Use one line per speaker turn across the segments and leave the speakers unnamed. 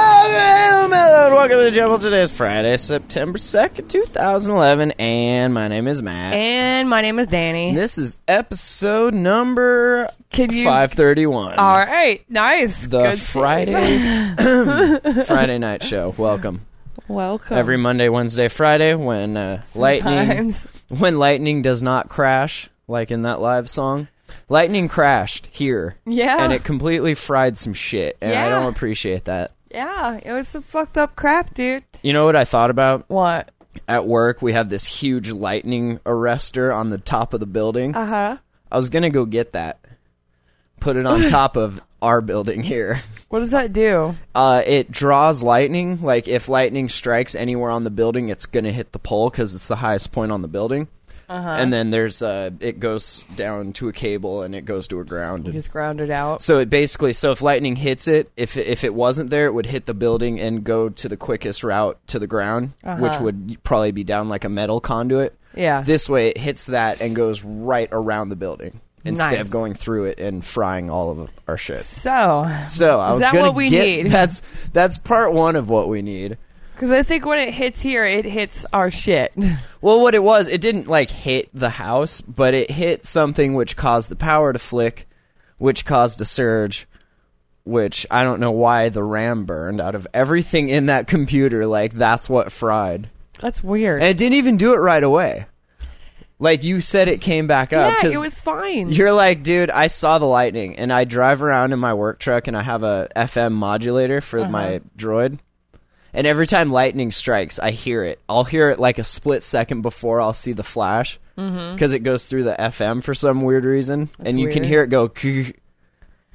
and welcome to the Jumble. Today is Friday, September 2nd, 2011, and my name is Matt.
And my name is Danny.
this is episode number
Can you-
531.
All right, nice.
the
Good
Friday Friday night show. Welcome.
Welcome.
Every Monday, Wednesday, Friday when uh, lightning
Times.
when lightning does not crash like in that live song. Lightning crashed here.
Yeah.
And it completely fried some shit, and I
Yeah.
don't appreciate that.
Yeah, it was some fucked up crap, dude.
You know what I thought about?
What?
at work we have this huge lightning arrestor on the top of the building.
Uh huh.
I was gonna go get that, put it on top of our building here.
What does that do?
Uh, it draws lightning. Like if lightning strikes anywhere on the building, it's gonna hit the pole because it's the highest point on the building. And then there's uh, it goes down to a cable and it goes to a ground. and-
Gets grounded out.
so it basically, so if lightning hits it, if if it wasn't there, it would hit the building and go to the quickest route to the ground, which would probably be down like a metal conduit.
Uh-huh. Yeah.
This way, it hits that and goes right around the building instead
Nice.
of going through it and frying all of our shit.
So,
So I
Is
was
that
gonna
what we
get-
need?
That's that's part one of what we need.
because I think when it hits here, it hits our shit.
Well, what it was, it didn't like hit the house, but it hit something which caused the power to flick, which caused a surge, which I don't know why the RAM burned out of everything in that computer. Like, that's what fried.
That's weird.
And it didn't even do it right away. Like, you said it came back up.
yeah,
uh, 'cause
it was fine.
You're like, dude, I saw the lightning, and I drive around in my work truck, and I have a FM modulator for
Uh-huh.
my droid. And every time lightning strikes, I hear it. I'll hear it like a split second before I'll see the flash because it goes through the FM for some weird reason, and you can
Mm-hmm. weird.
hear it go.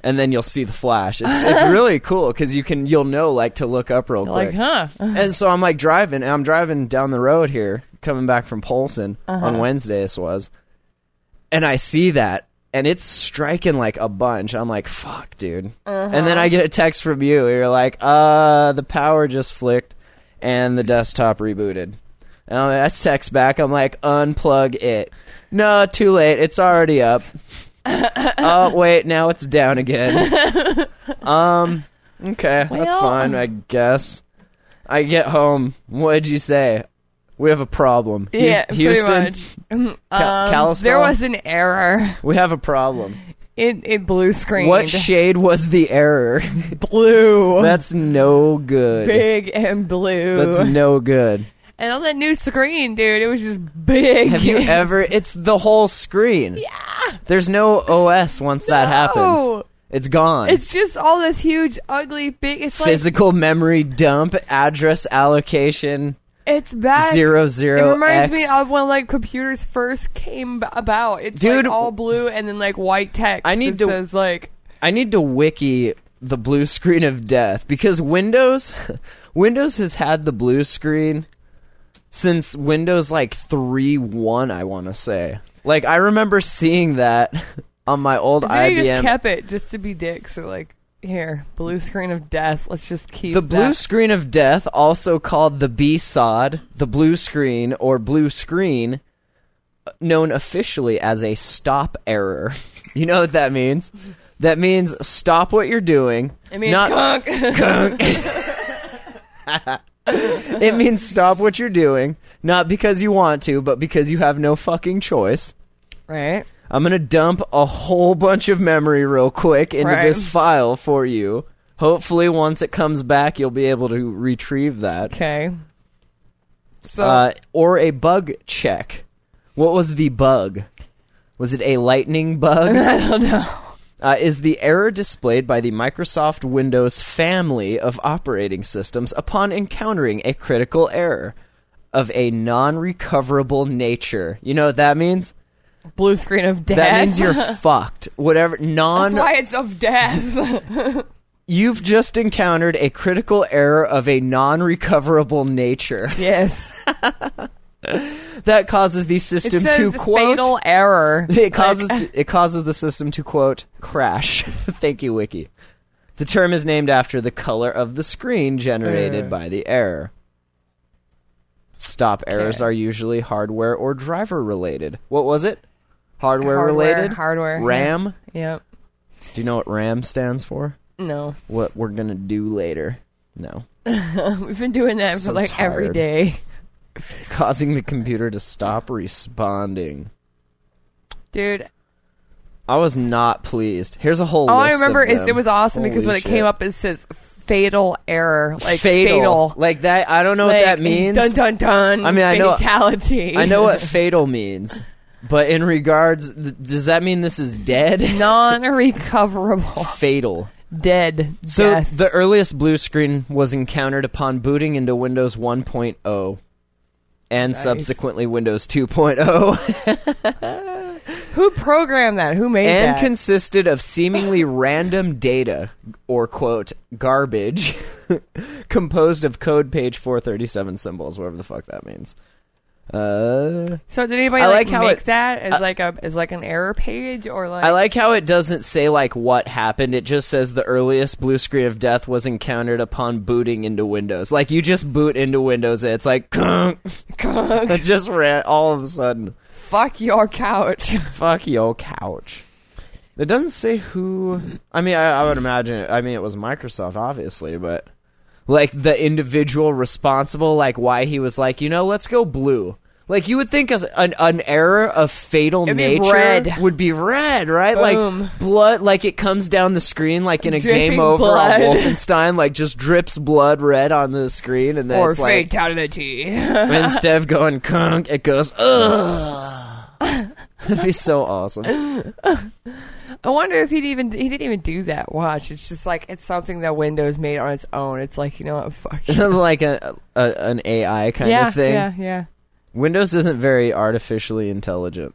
And then you'll see the flash. It's, it's really cool because you can you'll know like to look up real
Like,
quick.
huh?
And so I'm like driving, and I'm driving down the road here, coming back from Polson
Uh-huh.
on Wednesday. This was, and I see that, and it's striking like a bunch. I'm like, fuck, dude. And
Uh-huh.
then I get a text from you. You're like, uh, the power just flicked, and the desktop rebooted. And I'm- I text back. I'm like, unplug it. No, too late. It's already up. oh wait, now it's down again. um, okay, that's
Well- um,
fine, I guess. I get home. What'd you say? We have a problem. Hu-
Yeah,
Houston,
pretty much. Mm-hmm. Um,
Ca- Kalispell?
there was an error.
we have a problem.
It it blue screened.
What shade was the error?
blue?
That's no good.
big and blue.
That's no good.
and on that new screen, dude, it was just big.
Have you ever? It's the whole screen. Yeah. There's no OS once that happens.
No.
It's gone.
It's just all this huge, ugly, big. It's
physical memory dump, address allocation,
like it's bad.
zero
It
zero. X.
reminds me of when like computers first came b- about. It's
Dude.
like all blue and then like white text.
I need
that
to-
says like
I need to wiki the blue screen of death because Windows Windows has had the blue screen since Windows like 3.1 I want to say. Like I remember seeing that on my old
they
IBM.
just kept it just to be dicks or like here blue screen of death. Let's just keep
the blue
that.
screen of death, also called the B-sod, the blue screen or blue screen, known officially as a stop error. You know what that means? That means stop what you're doing.
I mean,
not
conk.
it means stop what you're doing, not because you want to, but because you have no fucking choice.
right.
I'm going to dump a whole bunch of memory real quick into
Right.
this file for you. Hopefully, once it comes back, you'll be able to retrieve that.
Okay. So
Uh, or a bug check. What was the bug? Was it a lightning bug?
I don't know.
uh, is the error displayed by the Microsoft Windows family of operating systems upon encountering a critical error of a non recoverable nature. You know what that means?
Blue screen of death.
That means you're fucked. Whatever non
That's why it's of death.
you've just encountered a critical error of a non-recoverable nature
yes.
that causes the
It
system
says
to quote
fatal error.
It causes it causes the system to quote crash. Thank you, Wiki. The term is named after the color of the screen generated by the error. Stop errors
Okay.
are usually hardware or driver related. What was it? Hardware,
Hardware,
related?
hardware, yeah.
RAM?
Yep.
Do you know what RAM stands for?
No.
What we're going to do later. No.
We've been doing that
So
for like every
tired.
day.
Causing the computer to stop responding.
Dude,
I was not pleased. Here's a whole
all
list
I
of
remember is
them.
it was awesome because
Holy
when it came
shit.
up, it says fatal error. Like
fatal.
fatal.
Like that I don't know what
Like,
that means.
Dun dun dun.
I mean, I know-
fatality.
I know what fatal means, but in regards, th- does that mean this is dead?
non recoverable.
fatal.
Dead.
So
death.
the earliest blue screen was encountered upon booting into Windows 1.0 and subsequently Windows 2.0
Who programmed that? Who made
and
that?
consisted of seemingly random data or quote garbage composed of code page 437 symbols whatever the fuck that means. Uh
so did anybody
I
like,
like how
make
it-
that as like a as like an error page or like
I like how it doesn't say like what happened. It just says the earliest blue screen of death was encountered upon booting into Windows. Like you just boot into Windows and it's like it just ran all of a sudden.
fuck your couch?
Fuck your couch. It doesn't say who. I mean, I, I would imagine. It, I mean, it was Microsoft, obviously, but like the individual responsible, like why he was like, you know, let's go blue. Like you would think as an, an error of fatal
It'd be
nature
red.
would be red, right?
Boom.
Like blood, like it comes down the screen, like in a
Dripping
game over
blood.
on Wolfenstein, like just drips blood red on the screen, and then
or
it's like
fatality.
instead of going conk, it goes ugh. That'd be so awesome.
I wonder if he'd even he didn't even do that watch. It's just like it's something that Windows made on its own. It's like you know what, fuck. you.
like a, a an AI kind
yeah,
of thing.
yeah, yeah.
Windows isn't very artificially intelligent.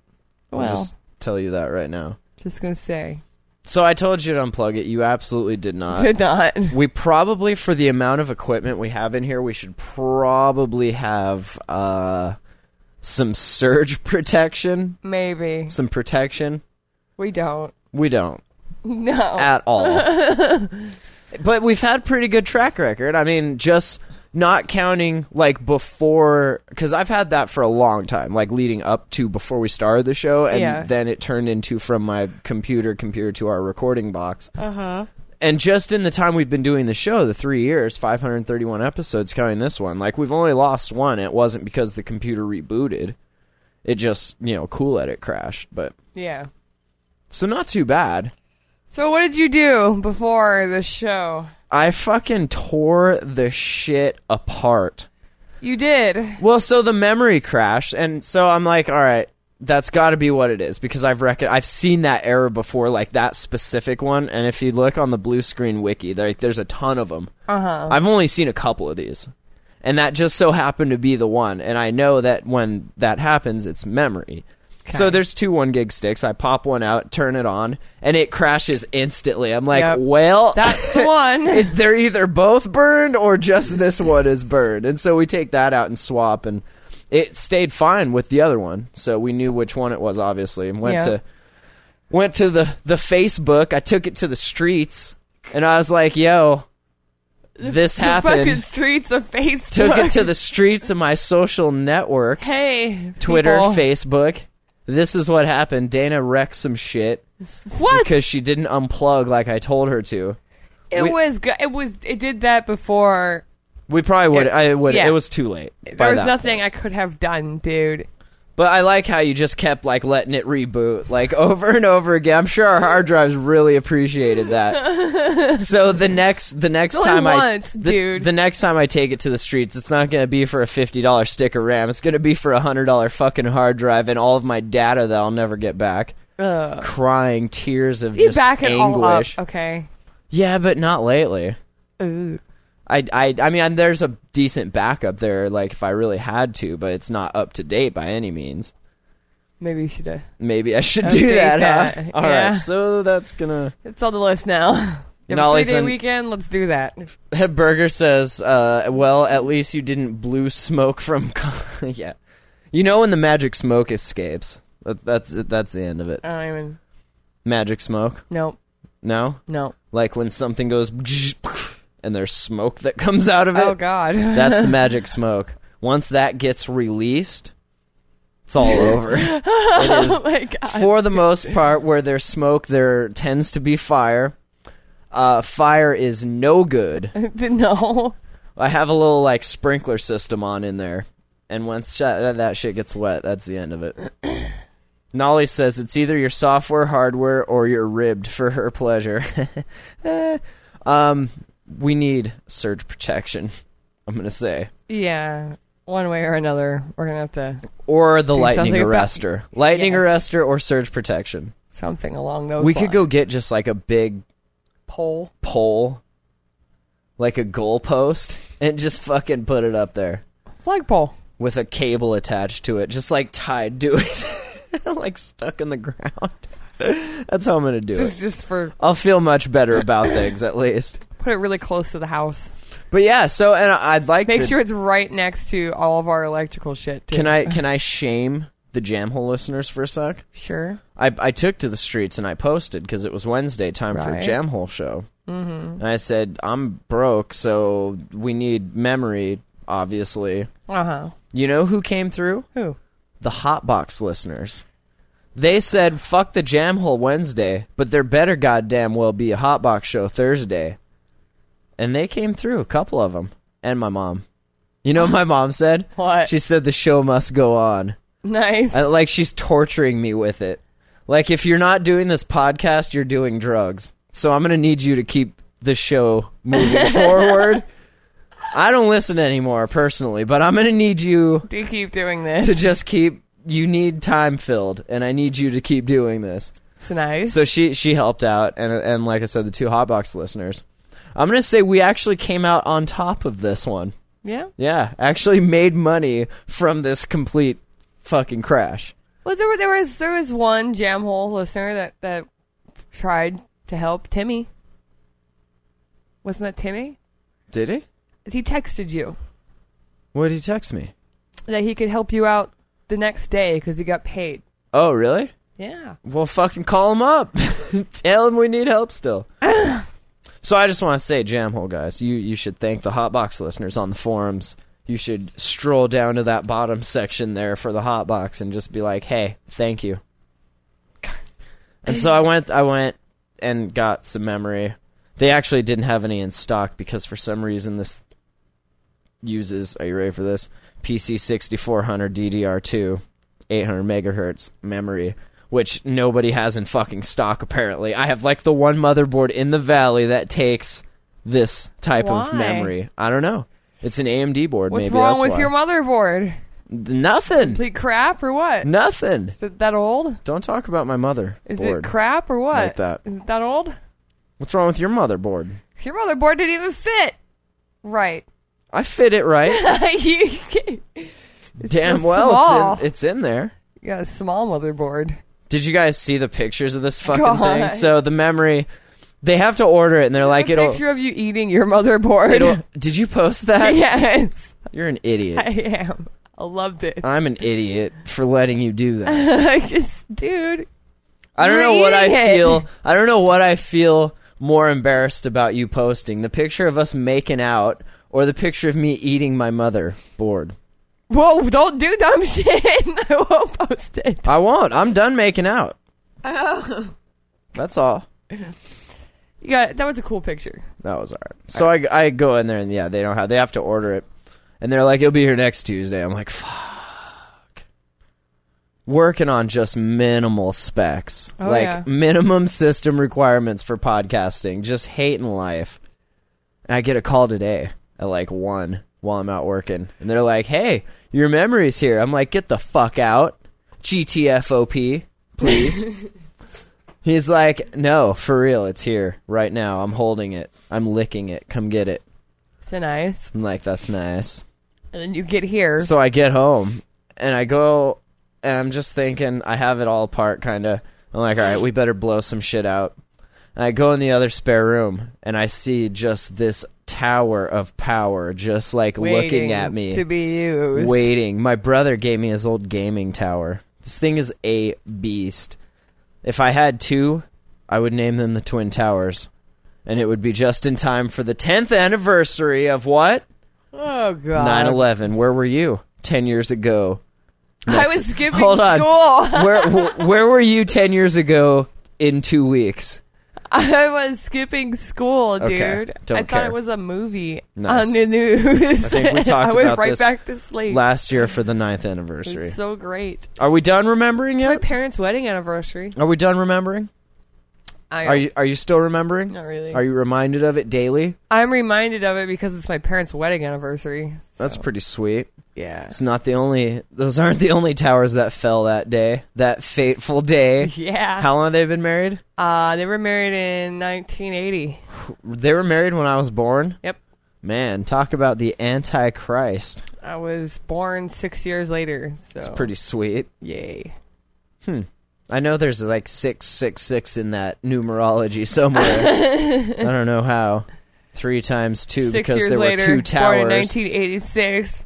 I'll
Well.
just tell you that right now.
Just gonna say,
So I told you to unplug it. You absolutely did not.
did not.
we probably, for the amount of equipment we have in here, we should probably have uh, some surge protection,
Maybe
some protection.
we don't.
We don't
No,
at all. but we've had pretty good track record. I mean, just not counting like before cuz I've had that for a long time, like leading up to before we started the show and
Yeah.
then it turned into from my computer computer to our recording box. Uh-huh. And just in the time we've been doing the show, the 3 years, 531 episodes counting this one, like we've only lost one. It wasn't because the computer rebooted. It just, you know, cool edit crashed, but
yeah.
so not too bad.
So what did you do before the show?
I fucking tore the shit apart.
You did.
Well, so the memory crashed, and so I'm like, all right, that's got to be what it is because I've reckon I've seen that error before, like that specific one. And if you look on the blue screen wiki, there, there's a ton of them. Uh-huh. I've only seen a couple of these, and that just so happened to be the one. And I know that when that happens, it's memory. So there's two one gig sticks. I pop one out, turn it on, and it crashes instantly. I'm like,
Yep.
well,
That's the one.
it, they're either both burned or just this one is burned. And so we take that out and swap, and it stayed fine with the other one. So we knew which one it was, obviously, and went
Yeah.
to went to the the Facebook. I took it to the streets, and I was like, "Yo, this
The fucking
happened."
streets of Facebook.
Took it to the streets of my social networks,
hey
Twitter,
people.
Facebook. This is what happened. Dana wrecked some shit
What?
because she didn't unplug like I told her to.
it
we-
was. go- It was. It did that before.
We probably would.
Yeah.
I would.
Yeah.
It was too late. by
There was
that
nothing
point.
I could have done, dude.
But I like how you just kept like letting it reboot like over and over again. I'm sure our hard drives really appreciated that. so the next the next
Only
time
once,
I the,
dude.
the next time I take it to the streets, it's not going to be for a fifty dollar stick of RAM. It's going to be for a hundred dollar fucking hard drive and all of my data that I'll never get back.
Ugh.
Crying tears of
You
just
back it all up,
anguish.
okay?
Yeah, but not lately.
Ooh.
I, I, I mean, there's a decent backup there, like if I really had to, but it's not up to date by any means.
Maybe you should. Uh,
Maybe I should do
Update
that, huh?
that,
All right,
yeah.
so that's gonna.
it's on the list now. You have a
Nolly
three day
sent-
weekend. Let's do that.
Burger says, uh, "Well, at least you didn't blew smoke from." co- yeah, you know when the magic smoke escapes. That, that's it, that's the end of it.
I don't even.
Magic smoke.
No,
No,
no.
like when something goes and there's smoke that comes out of it.
Oh God.
That's the magic smoke. Once that gets released, it's all over. It
oh
is-
my God.
for the most part, where there's smoke, there tends to be fire. Uh, fire is no good.
no.
I have a little like sprinkler system on in there, and once sh- that that shit gets wet, that's the end of it. Nolly says it's either your software, hardware, or you're ribbed for her pleasure. Eh. um, we need surge protection. I'm gonna say.
Yeah. One way or another, we're gonna have to
or the
Do
lightning
something about-
arrestor, lightning
Yes.
arrestor, or surge protection.
something along those.
we could
lines.
go get just like a big
pole.
pole, like a goalpost, and just fucking put it up there
Flagpole.
with a cable attached to it, just like tied to it, like stuck in the ground. That's how I'm gonna do
Just,
it.
just for
I'll feel much better about things at least.
put it really close to the house.
But yeah, so and I'd like
Make
to.
sure it's right next to all of our electrical shit. Too.
can I can I shame the Jamhole listeners for a sec?
Sure.
I, I took to the streets and I posted because it was Wednesday time for a
Right.
jam hole show. Mm-hmm. And I said, I'm broke, so we need memory, obviously.
Uh huh.
You know who came through?
Who?
The Hotbox listeners. They said, fuck the jam hole Wednesday, but there better goddamn well be a Hotbox show Thursday. And they came through, a couple of them, and my mom. You know what my mom said?
What?
She said, the show must go on.
Nice.
I, like she's torturing me with it. Like if you're not doing this podcast, you're doing drugs. So I'm gonna need you to keep the show moving forward. I don't listen anymore personally, but I'm gonna need you
Do you keep doing this?
to just keep. You need time filled, and I need you to keep doing this.
It's nice.
So she she helped out, and and like I said, the two Hotbox listeners. I'm gonna say we actually came out on top of this one.
yeah.
Yeah, actually made money from this complete fucking crash.
Was there there was there was one jam hole listener that that tried to help Timmy. Wasn't that Timmy?
Did he?
He texted you
What did he text me?
that he could help you out the next day because he got paid.
Oh, really?
Yeah.
Well, fucking call him up. Tell him we need help still. so I just want to say, Jamhole guys, you you should thank the Hotbox listeners on the forums. You should stroll down to that bottom section there for the Hotbox and just be like, "Hey, thank you." And so I went I went and got some memory. They actually didn't have any in stock because for some reason this uses, are you ready for this? PC 6400 DDR2 800 megahertz memory, which nobody has in fucking stock apparently. I have like the one motherboard in the valley that takes this type of
Why?
memory. I don't know. It's an AMD board.
What's
maybe
wrong
that's
with
why.
your motherboard?
nothing?
Is it crap or what?
Nothing.
Is it that old?
Don't talk about my mother.
Is
board.
it crap or what?
Like that.
Is it that old?
What's wrong with your motherboard?
Your motherboard didn't even fit. Right.
I fit it right.
you
Damn
so
well,
small.
it's in, it's in there.
got a small motherboard.
Did you guys see the pictures of this fucking thing?
God.
So the memory, they have to order it, and they're like,
a
it'll,
picture of you eating your motherboard.
it'll. Did you post that?
yes.
You're an idiot.
I am. I loved it.
I'm an idiot for letting you do that.
It's- Dude,
I don't
You're
know what I
eating it.
feel. I don't know what I feel more embarrassed about you posting the picture of us making out or the picture of me eating my mother board.
whoa! Don't do dumb shit. I won't post it.
I won't. I'm done making out.
Oh.
That's all.
You got that was a cool picture.
That was all right. So I, I go in there and yeah, they don't have they have to order it, and they're like, it'll be here next Tuesday. I'm like, fuck. Working on just minimal specs,
Oh,
like
yeah.
minimum system requirements for podcasting. Just hating life. And I get a call today at like one while I'm out working, and they're like, "Hey, your memory's here." I'm like, "Get the fuck out, GTFOP, please." He's like, "No, for real, it's here right now. I'm holding it. I'm licking it. Come get it."
So nice.
I'm like, "That's nice."
And then you get here.
So I get home and I go and I'm just thinking I have it all apart kind of. I'm like, all right, we better blow some shit out. And I go in the other spare room and I see just this tower of power just like looking
Waiting
at me
to be used.
waiting. My brother gave me his old gaming tower. This thing is a beast. If I had two, I would name them the Twin Towers. And it would be just in time for the 10th anniversary of what?
Oh god.
9 11. Where were you 10 years ago?
I was skipping
Hold on.
school.
Where, wh- where were you 10 years ago in two weeks?
I was skipping school, dude.
Okay, don't
I thought
care.
it was a movie
Nice.
on the news. I
think we talked
went
about
right
this
back to sleep.
Last year for the 9th
it
anniversary.
was so great.
Are we done remembering
My
yet?
parents' wedding anniversary.
Are we done remembering?
I,
Are you, are you still remembering?
Not really.
Are you reminded of it daily?
I'm reminded of it because it's my parents' wedding anniversary.
That's pretty sweet.
Yeah.
It's not the only; those aren't the only towers that fell that day, that fateful day.
Yeah.
How long have they been married?
Uh, they were married in 1980.
They were married when I was born.
Yep.
Man, talk about the Antichrist.
I was born six years later. So
It's pretty sweet.
yay.
I know there's like six, six, six in that numerology somewhere. I don't know how. Three times two
Six
because
years
there
later,
were two
born in
towers.
1986.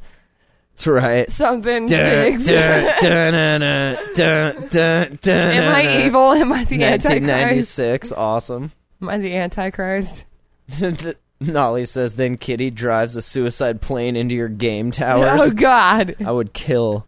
That's right.
Something.
Dun,
six.
dun, dun, dun, dun, dun, dun,
Am
dun.
I evil? Am I the Antichrist?
1996. Awesome.
Am I the Antichrist?
Th- Nolly says, then Kitty drives a suicide plane into your game towers.
Oh God!
I would kill.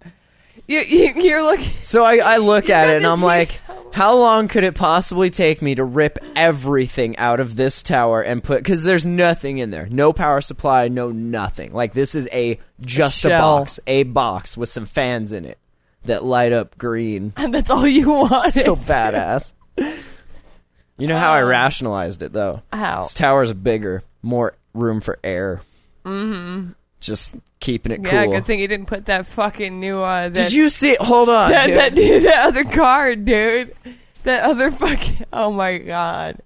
You, you, you're looking.
So I, I look at
got
it and
this
I'm like, how long could it possibly take me to rip everything out of this tower and put. Because there's nothing in there. No power supply, no nothing. Like, this is a just a,
shell.
box. A box with some fans in it that light up green.
And that's all you want.
So badass. You know how I rationalized it, though?
Um, How?
This tower's bigger, more room for air. Mm-hmm. Just keeping it
Yeah,
cool.
good thing you didn't put that fucking new. Uh, that,
Did you see? Hold on.
That,
dude.
that, dude, that other card, dude. That other fucking. Oh my god,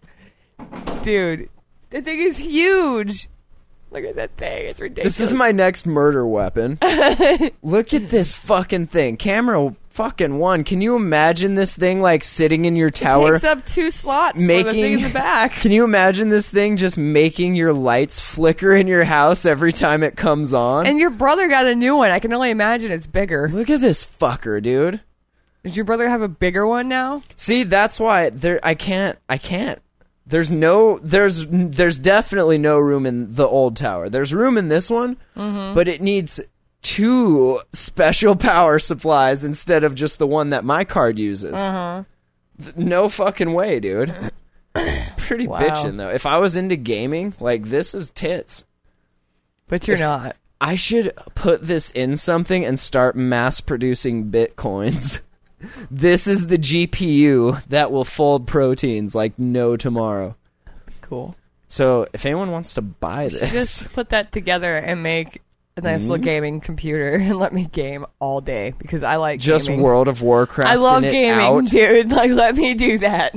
dude. That thing is huge. Look at that thing. It's ridiculous.
this is my next murder weapon. Look at this fucking thing. Camera fucking one. Can you imagine this thing like sitting in your tower?
takes up two slots for the thing
Making
in the back.
Can you imagine this thing just making your lights flicker in your house every time it comes on?
And your brother got a new one. I can only imagine it's bigger.
Look at this fucker, dude.
Does your brother have a bigger one now?
See, that's why there. I can't. I can't. There's no. There's. There's definitely no room in the old tower. There's room in this one, but it needs two special power supplies instead of just the one that my card uses. Th- No fucking way, dude. It's pretty
Wow.
bitchin' though. If I was into gaming, like this is tits.
But you're not.
I should put this in something and start mass producing bitcoins. this is the GPU that will fold proteins like no tomorrow.
Cool.
So if anyone wants to buy this,
Just put that together and make a nice
Mm-hmm.
little gaming computer and let me game all day because I like
just
gaming.
World of Warcraft.
I love
it
gaming,
out.
dude. Like, let me do that.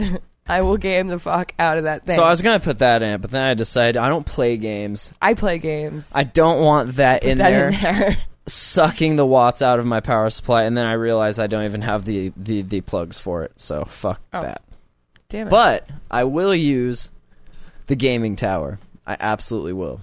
I will game the fuck out of that thing.
So I was gonna put that in, but then I decided I don't play games.
I play games.
I don't want that in
that
there,
in there.
sucking the watts out of my power supply, and then I realized I don't even have the the, the plugs for it. So fuck
Oh.
that.
Damn it.
But I will use the gaming tower. I absolutely will.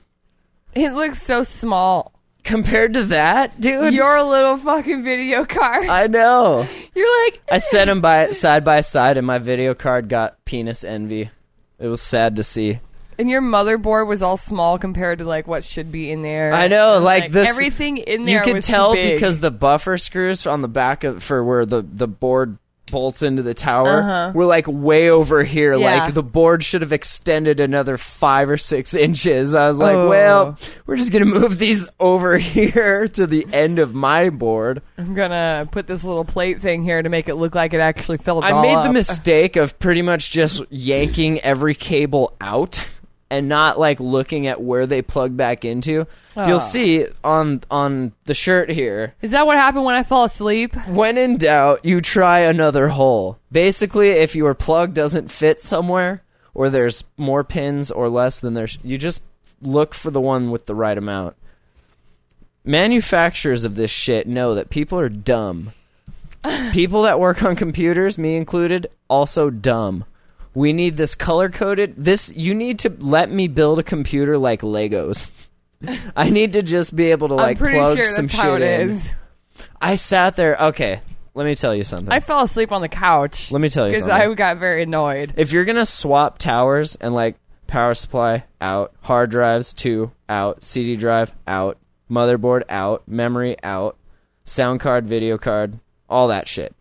it looks so small.
Compared to that, dude,
Your little fucking video card.
I know.
You're like,
I set them by side by side, and my video card got penis envy. It was sad to see.
and your motherboard was all small compared to like what should be in there.
I know,
And,
like, this.
everything in
you
there.
could
was too
tell
big.
because the buffer screws on the back of for where the the board bolts into the tower were like way over here.
Uh-huh. Yeah.
Like the board should have extended another five or six inches. I was like,
Oh.
well, we're just gonna move these over here to the end of my board.
I'm gonna put this little plate thing here to make it look like it actually filled.
I
all
made the
up.
mistake of pretty much just yanking every cable out and not like looking at where they plug back into.
Oh.
You'll see on on the shirt here.
Is that what happened when I fall asleep?
When in doubt, you try another hole. Basically, if your plug doesn't fit somewhere or there's more pins or less than there's you just look for the one with the right amount. Manufacturers of this shit know that people are dumb. People that work on computers, me included, also dumb. We need this color coded. This you need to let me build a computer like Legos. I need to just be able to like
I'm pretty
plug
sure
some
that's how
shit
it
in.
is.
I sat there. Okay, let me tell you something.
I fell asleep on the couch.
Let me tell you
because
something.
I got very annoyed.
if you're gonna swap towers and like power supply out, hard drives two out, CD drive out, motherboard out, memory out, sound card, video card, all that shit,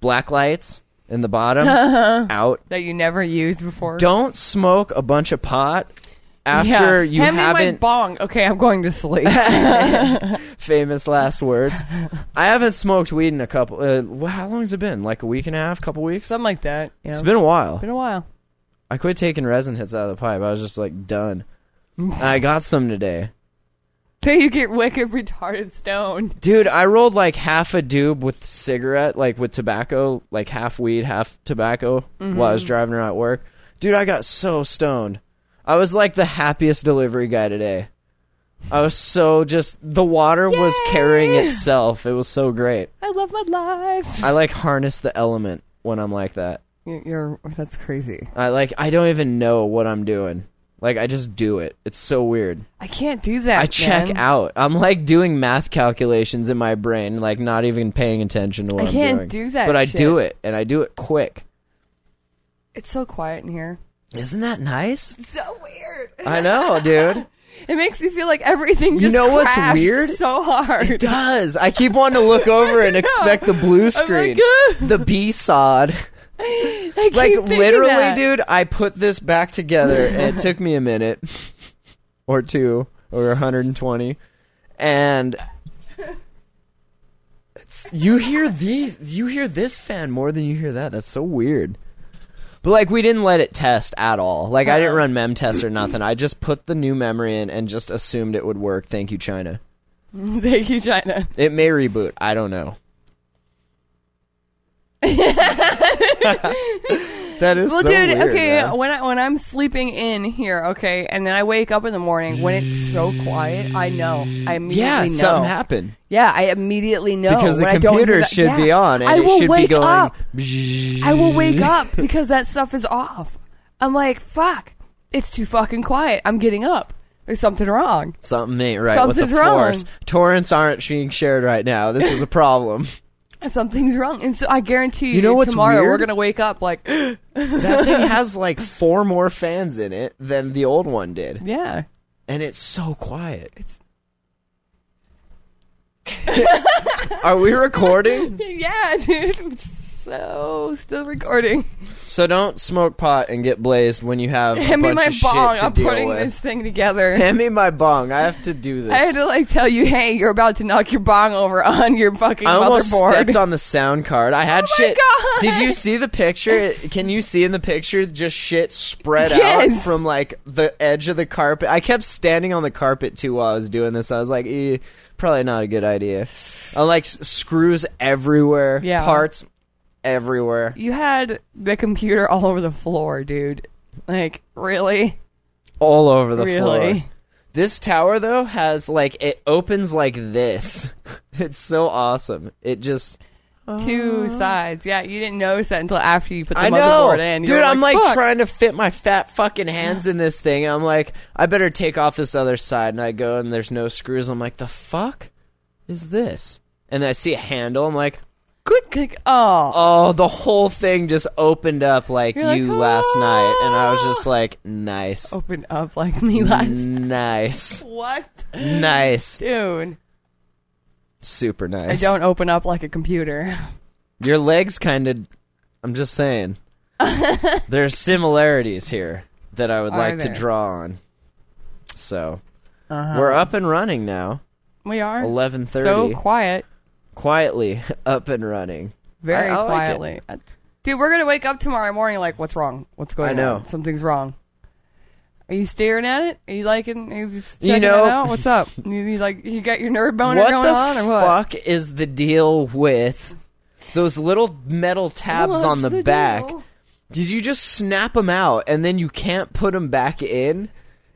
black lights in the bottom out.
That you never used before.
Don't smoke a bunch of pot
Yeah.
after you
Hand me my
haven't
bong. Okay, I'm going to sleep.
famous last words. I haven't smoked weed in a couple. Uh, wh- how long's it been? Like a week and a half, couple weeks.
Something like that. Yeah.
It's been a while.
Been a while.
I quit taking resin hits out of the pipe. I was just like done. And I got some today.
Till you get wicked retarded stoned.
Dude, I rolled like half a doob with cigarette, like with tobacco, like half weed, half tobacco while I was driving around at work. Dude, I got so stoned. I was like the happiest delivery guy today. I was so just the water was carrying itself. It was so great.
I love my life.
I like harness the element when I'm like that.
You're, you're that's crazy.
I like I don't even know what I'm doing. Like I just do it. It's so weird.
I can't do that.
I check
man.
out. I'm like doing math calculations in my brain, like not even paying attention to what
I
am
can't
doing.
do that
But I
shit.
do it, and I do it quick.
It's so quiet in here.
Isn't that nice?
It's so weird.
I know, dude.
It makes me feel like everything
You
just
know what's
crashed
weird?
so hard.
It does. I keep wanting to look over and
I know.
expect the
I'm
blue
like,
screen,
"Ugh."
the B sod.
I keep
Like
thinking
literally,
that.
dude. I put this back together, and it took me a minute, or two, or 120, and. It's, you hear these, you hear this fan more than you hear that. That's so weird. But like, we didn't let it test at all. Like, I didn't run mem tests or nothing. I just put the new memory in and just assumed it would work. Thank you, China.
Thank you, China.
It may reboot. I don't know. that is
Well,
so
dude,
weird,
okay,
man.
when I when I'm sleeping in here, okay, and then I wake up in the morning when it's so quiet, I know. I immediately
yeah,
know.
something happened
Yeah, I immediately know
because the
when I don't hear
computer
that-
should
yeah.
be on and
I
it
will
should
wake
be going.
up. I will wake up because that stuff is off. I'm like, fuck, it's too fucking quiet. I'm getting up. There's something wrong.
Something ain't right with
Something's
the
wrong.
force. Torrents aren't being shared right now. This is a problem.
Something's wrong. And so I guarantee you,
You know what's
tomorrow we're
weird?
gonna wake up like,
that thing has like four more fans in it than the old one did,
yeah.
and it's so quiet.
It's-
Are we recording?
Yeah, dude. So still recording.
So don't smoke pot and get blazed when you have a
Hand me
bunch
my
of
bong.
shit to
I'm
deal
putting
with.
this thing together.
Hand me my bong. I have to do this.
I had to like tell you, hey, you're about to knock your bong over on your fucking
I almost stepped
motherboard. Oh
on the sound card. I had
my
shit.
God.
Did you see the picture? It- Can you see in the picture just shit spread out
Yes.
from like the edge of the carpet? I kept standing on the carpet too while I was doing this. I was like, eh, probably not a good idea. I like s- screws everywhere,
Yeah.
parts everywhere.
you had the computer all over the floor, dude. Like, really?
all over the
Really?
floor. This tower though has like it opens like this. it's so awesome. It just
Two sides. Yeah, you didn't notice that until after you put the
I know,
motherboard in. You
dude.
were
I'm like
"Fuck."
trying to fit my fat fucking hands in this thing. I'm like, I better take off this other side, and I go and there's no screws. I'm like, the fuck is this? And then I see a handle. I'm like, click.
Like, oh,
Oh, the whole thing just opened up like Oh,
You're like,
you last
"Ah."
night, and I was just like, nice,
open up like me last.
Mm. nice,
What,
nice,
dude?
super
I
nice.
don't open up like a computer.
Your legs kind of. I'm just saying. There's similarities here that I would
Are
like
there? Uh-huh.
to draw on. So we're up and running now.
We are
11:30.
So quiet,
Quietly up and running.
very
I- I like
quietly. dude, we're gonna wake up tomorrow morning. Like, what's wrong? What's going
I know.
on? Something's wrong. Are you staring at it? Are you liking? Are you just
You
checking
know-
it out? What's up? You, you like you got your nerd boner
what
going
the
on or what?
fuck is the deal with those little metal tabs
What's
on the,
the
back?
deal?
Did you just snap them out and then you can't put them back in?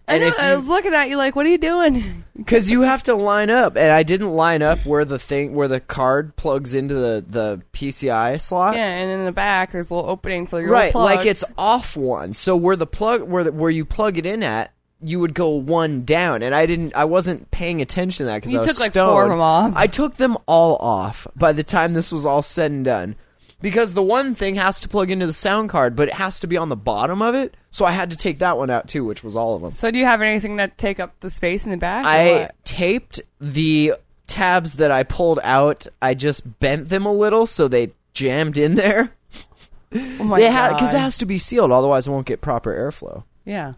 I
And
know.
if
I
you-
was looking at you like, what are you doing?
Because you have to line up, and I didn't line up where the thing where the card plugs into the the PCI slot.
Yeah, and in the back there's a little opening for your
Uh, right,
little
like
plugs.
it's off one. So where the plug where the, where you plug it in at, you would go one down, and I didn't. I wasn't paying attention to that because
You
I was
took, like,
stoned.
four of 'em off.
I took them all off by the time this was all said and done. Because the one thing has to plug into the sound card, but it has to be on the bottom of it. So I had to take that one out too, which was all of them.
So do you have anything that take up the space in the back? or
I
what?
taped the tabs that I pulled out. I just bent them a little so they jammed in there.
oh my
They had because
God.
it has to be sealed, otherwise it won't get proper airflow.
yeah.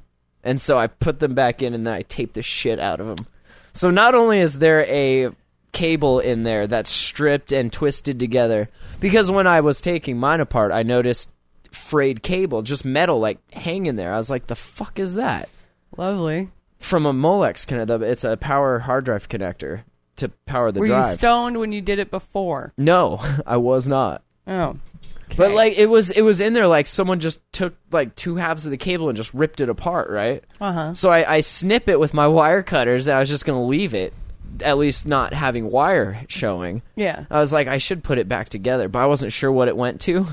And so I put them back in, and then I taped the shit out of them. So not only is there a cable in there that's stripped and twisted together, because when I was taking mine apart, I noticed frayed cable, just metal, like hanging there. I was like, "The fuck is that?"
Lovely.
from a Molex connector. It's a power hard drive connector to power the
Were
drive.
you stoned when you did it before?
no, I was not.
Oh.
But
Okay.
like it was, it was in there. Like someone just took like two halves of the cable and just ripped it apart, right? Uh
Uh-huh.
huh. So I, I snip it with my wire cutters. And I was just gonna leave it, at least not having wire showing.
Yeah.
I was like, I should put it back together, but I wasn't sure what it went to.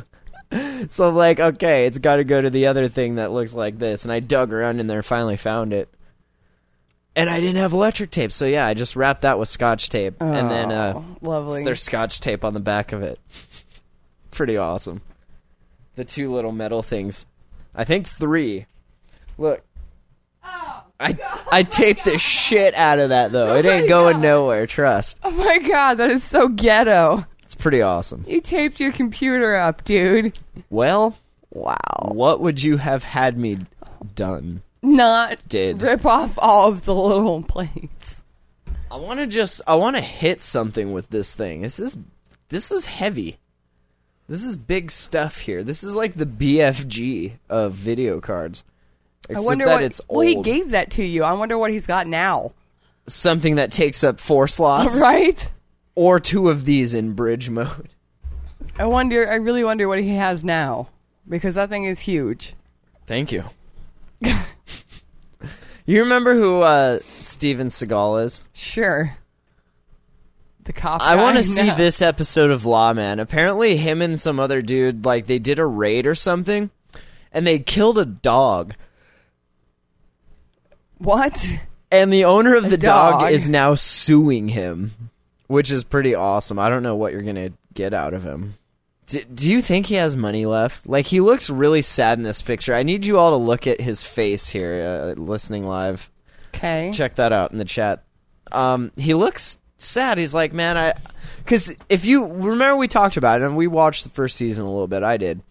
so I'm like, okay, it's got to go to the other thing that looks like this. And I dug around in there, finally found it. And I didn't have electric tape, so yeah, I just wrapped that with scotch tape, and then uh,
Lovely.
there's scotch tape on the back of it. Pretty awesome. The two little metal things. I think three. Look. I I taped the shit out of that though. It ain't going nowhere. Trust.
oh my god, that is so ghetto.
It's pretty awesome.
You taped your computer up, dude.
Well,
Wow.
what would you have had me done?
Not
Did.
rip off all of the little plates.
I want to just I want to hit something with this thing. This is this is heavy. This is big stuff here. This is like the BFG of video cards.
I
Except
wonder
that
what.
it's old.
Well, he gave that to you. I wonder what he's got now.
something that takes up four slots
Right?
or two of these in bridge mode.
I wonder. I really wonder what he has now because that thing is huge.
Thank you. you remember who uh, Steven Seagal is?
Sure. The cop.
I
guy?
want to see
No.
this episode of Lawman. Apparently, him and some other dude like they did a raid or something, and they killed a dog.
What?
And the owner of the dog.
dog.
is now suing him, which is pretty awesome. I don't know what you're gonna get out of him. D- do you think he has money left? Like he looks really sad in this picture. I need you all to look at his face here, uh, listening live.
Okay.
check that out in the chat. Um, he looks sad. He's like, man, I, because if you remember, we talked about it, and we watched the first season a little bit. I did,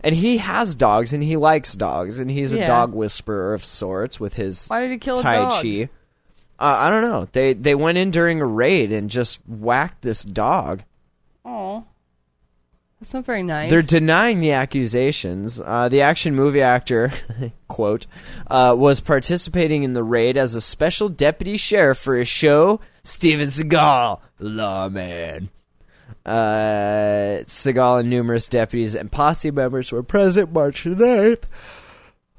and he has dogs, and he likes dogs, and he's a
Yeah.
dog whisperer of sorts with his
Why did he kill a
tai
dog?
chi. Uh, I don't know. They they went in during a raid and just whacked this dog.
Oh, that's not very nice.
They're denying the accusations. Uh, the action movie actor, quote, uh, was participating in the raid as a special deputy sheriff for his show, Steven Seagal, Lawman. Uh, Seagal and numerous deputies and posse members were present March 9th.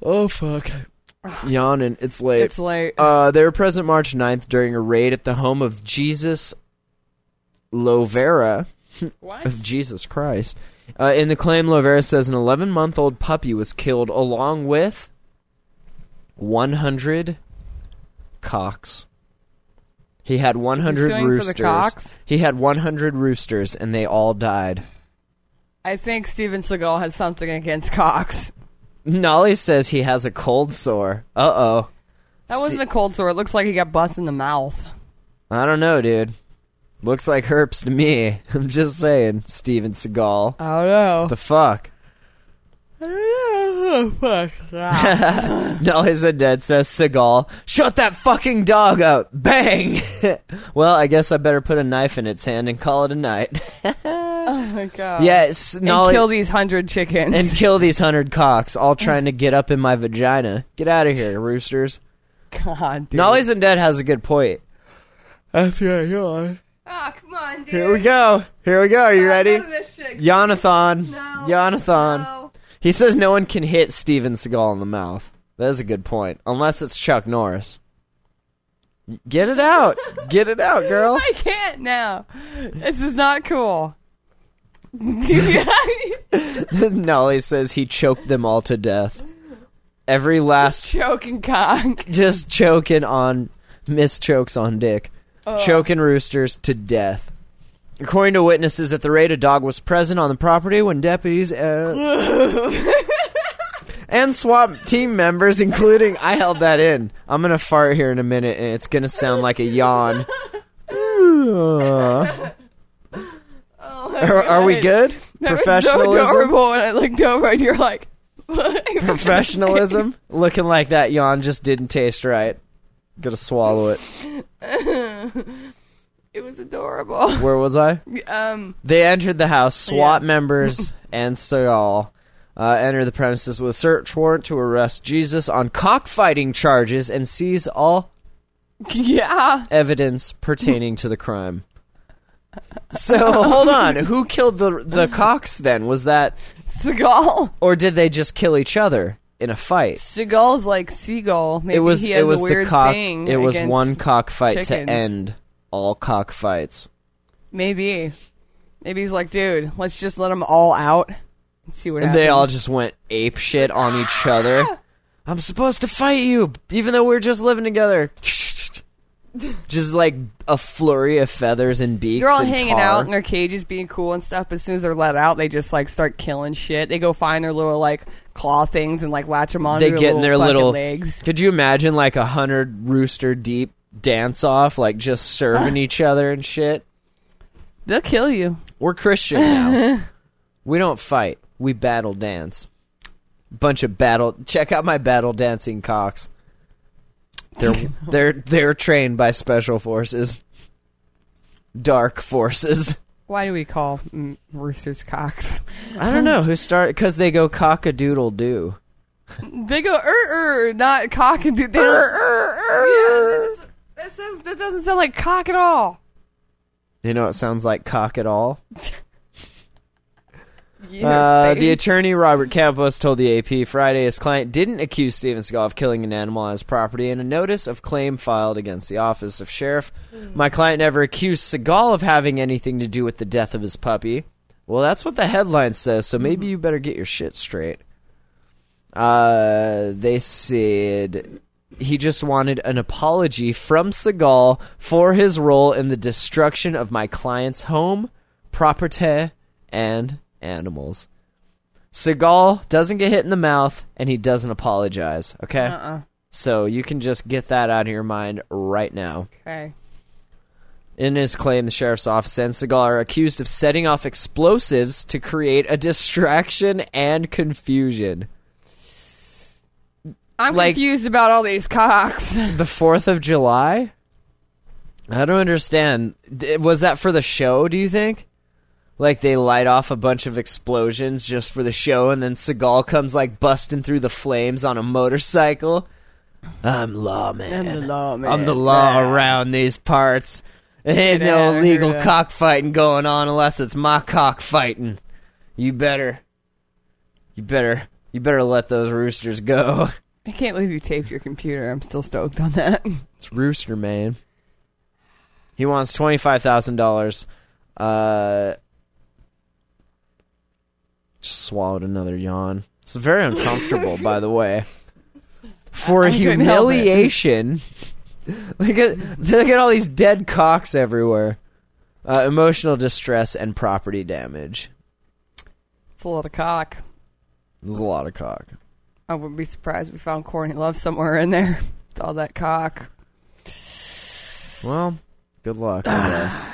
Oh, fuck. Yawning. It's late.
It's late.
Uh, they were present March 9th during a raid at the home of Jesus Lovera of Jesus Christ. Uh, in the claim, Lovera says an 11 month old puppy was killed along with 100 cocks. He had 100
suing for the
roosters.
cocks?
He had 100 roosters, and they all died.
I think Steven Seagal has something against Cox.
Nolly says he has a cold sore. Uh oh.
That wasn't a cold sore. It looks like he got bust in the mouth.
I don't know, dude. Looks like herps to me. I'm just saying, Steven Seagal.
I don't know.
The fuck?
Oh, fuck that.
No, he's a dead says Seagal. Shut that fucking dog up! Bang! well, I guess I better put a knife in its hand and call it a night.
oh my god.
yes,
And
Nolly,
kill these hundred chickens.
and kill these hundred cocks, all trying to get up in my vagina. Get out of here, roosters.
God, dude.
Nolly's and dead has a good point. After I yawn.
Ah, come on, dude. Oh,
Here we go. Here we go. Are you ready?
This shit.
Yonathon.
No.
Yonathon.
No.
He says no one can hit Steven Seagal in the mouth. That is a good point. Unless it's Chuck Norris. Get it out. Get it out, girl.
I can't now. This is not cool. Choke
Nolly says he choked them all to death. Every last
and cock.
just choking on miss chokes on dick. Choking roosters to death. According to witnesses at the raid, a dog was present on the property when deputies uh, and SWAT team members, including I held that in. I'm gonna fart here in a minute, and it's gonna sound like a yawn. Are, are we good?
That was
Professionalism.
so adorable when I looked over and you're like,
professionalism. Looking like that yawn just didn't taste right. Gotta swallow it.
It was adorable.
Where was I?
Um,
They entered the house.
Oh,
SWAT members and Seagal uh, entered the premises with a search warrant to arrest Jesus on cockfighting charges and seize all
yeah.
evidence pertaining to the crime. So hold on, who killed the the cocks? Then was that,
Seagal.
or did they just kill each other in a fight?
Seagal's like seagull. Maybe
it was
he has
it was
a weird
the cock
thing.
it was
against-
one cockfight
chickens.
to end all cockfights.
Maybe. Maybe he's like, dude, let's just let them all out and see what
And
happens.
they all just went ape shit on each
Ah!
other. I'm supposed to fight you even though we're just living together. just like a flurry of feathers and beaks
they're all
and
hanging
tar.
out in their cages, being cool and stuff. But as soon as they're let out, they just like start killing shit. They go find their little like claw things and like latch them on.
they get in their
fucking
little
legs.
Could you imagine like a hundred rooster deep dance off, like just serving each other and shit?
They'll kill you.
We're Christian now. we don't fight. We battle dance. Bunch of battle. Check out my battle dancing cocks. They're they're they're trained by special forces, dark forces.
Why do we call mm, roosters cocks?
I don't know who started because they go cock a doodle doo.
They go er er, not cock and do. They don't-
er,
Yeah, that, doesn't, that sounds that doesn't sound like cock at all.
You know, it sounds like cock at all.
Your
Uh,
face.
the attorney Robert Campos told the AP Friday his client didn't accuse Steven Seagal of killing an animal on his property in a notice of claim filed against the office of sheriff. My client never accused Seagal of having anything to do with the death of his puppy. Well, that's what the headline says, so maybe you better get your shit straight. Uh, they said he just wanted an apology from Seagal for his role in the destruction of my client's home, property, and animals. Seagal doesn't get hit in the mouth, and he doesn't apologize. Okay, uh-uh. so you can just get that out of your mind right now.
okay.
In his claim, the sheriff's office and Seagal are accused of setting off explosives to create a distraction and confusion.
I'm
like-
confused about all these cocks.
The 4th of July? I don't understand. D- Was that for the show, do you think? Like they light off a bunch of explosions just for the show, and then Seagal comes like busting through the flames on a motorcycle. I'm lawman.
I'm the lawman.
I'm the law around these parts. Ain't no
out of
illegal
here.
cockfighting going on unless it's my cockfighting. You better, you better, you better let those roosters go.
I can't believe you taped your computer. I'm still stoked on that.
It's Rooster Man. He wants twenty five thousand dollars. Uh, just swallowed another yawn. It's very uncomfortable, by the way. For
couldn't help it.
humiliation, look at look at all these dead cocks everywhere. Uh, emotional distress and property damage.
It's a lot of cock.
There's a lot of cock.
I wouldn't be surprised if we found corny love somewhere in there. It's all that cock,
Well, good luck. I guess.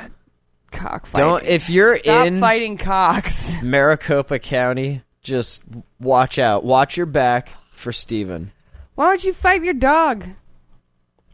cock fighting.
Don't if you're
Stop
in
fighting cocks.
Maricopa County, just watch out. Watch your back for Steven.
Why don't you fight your dog?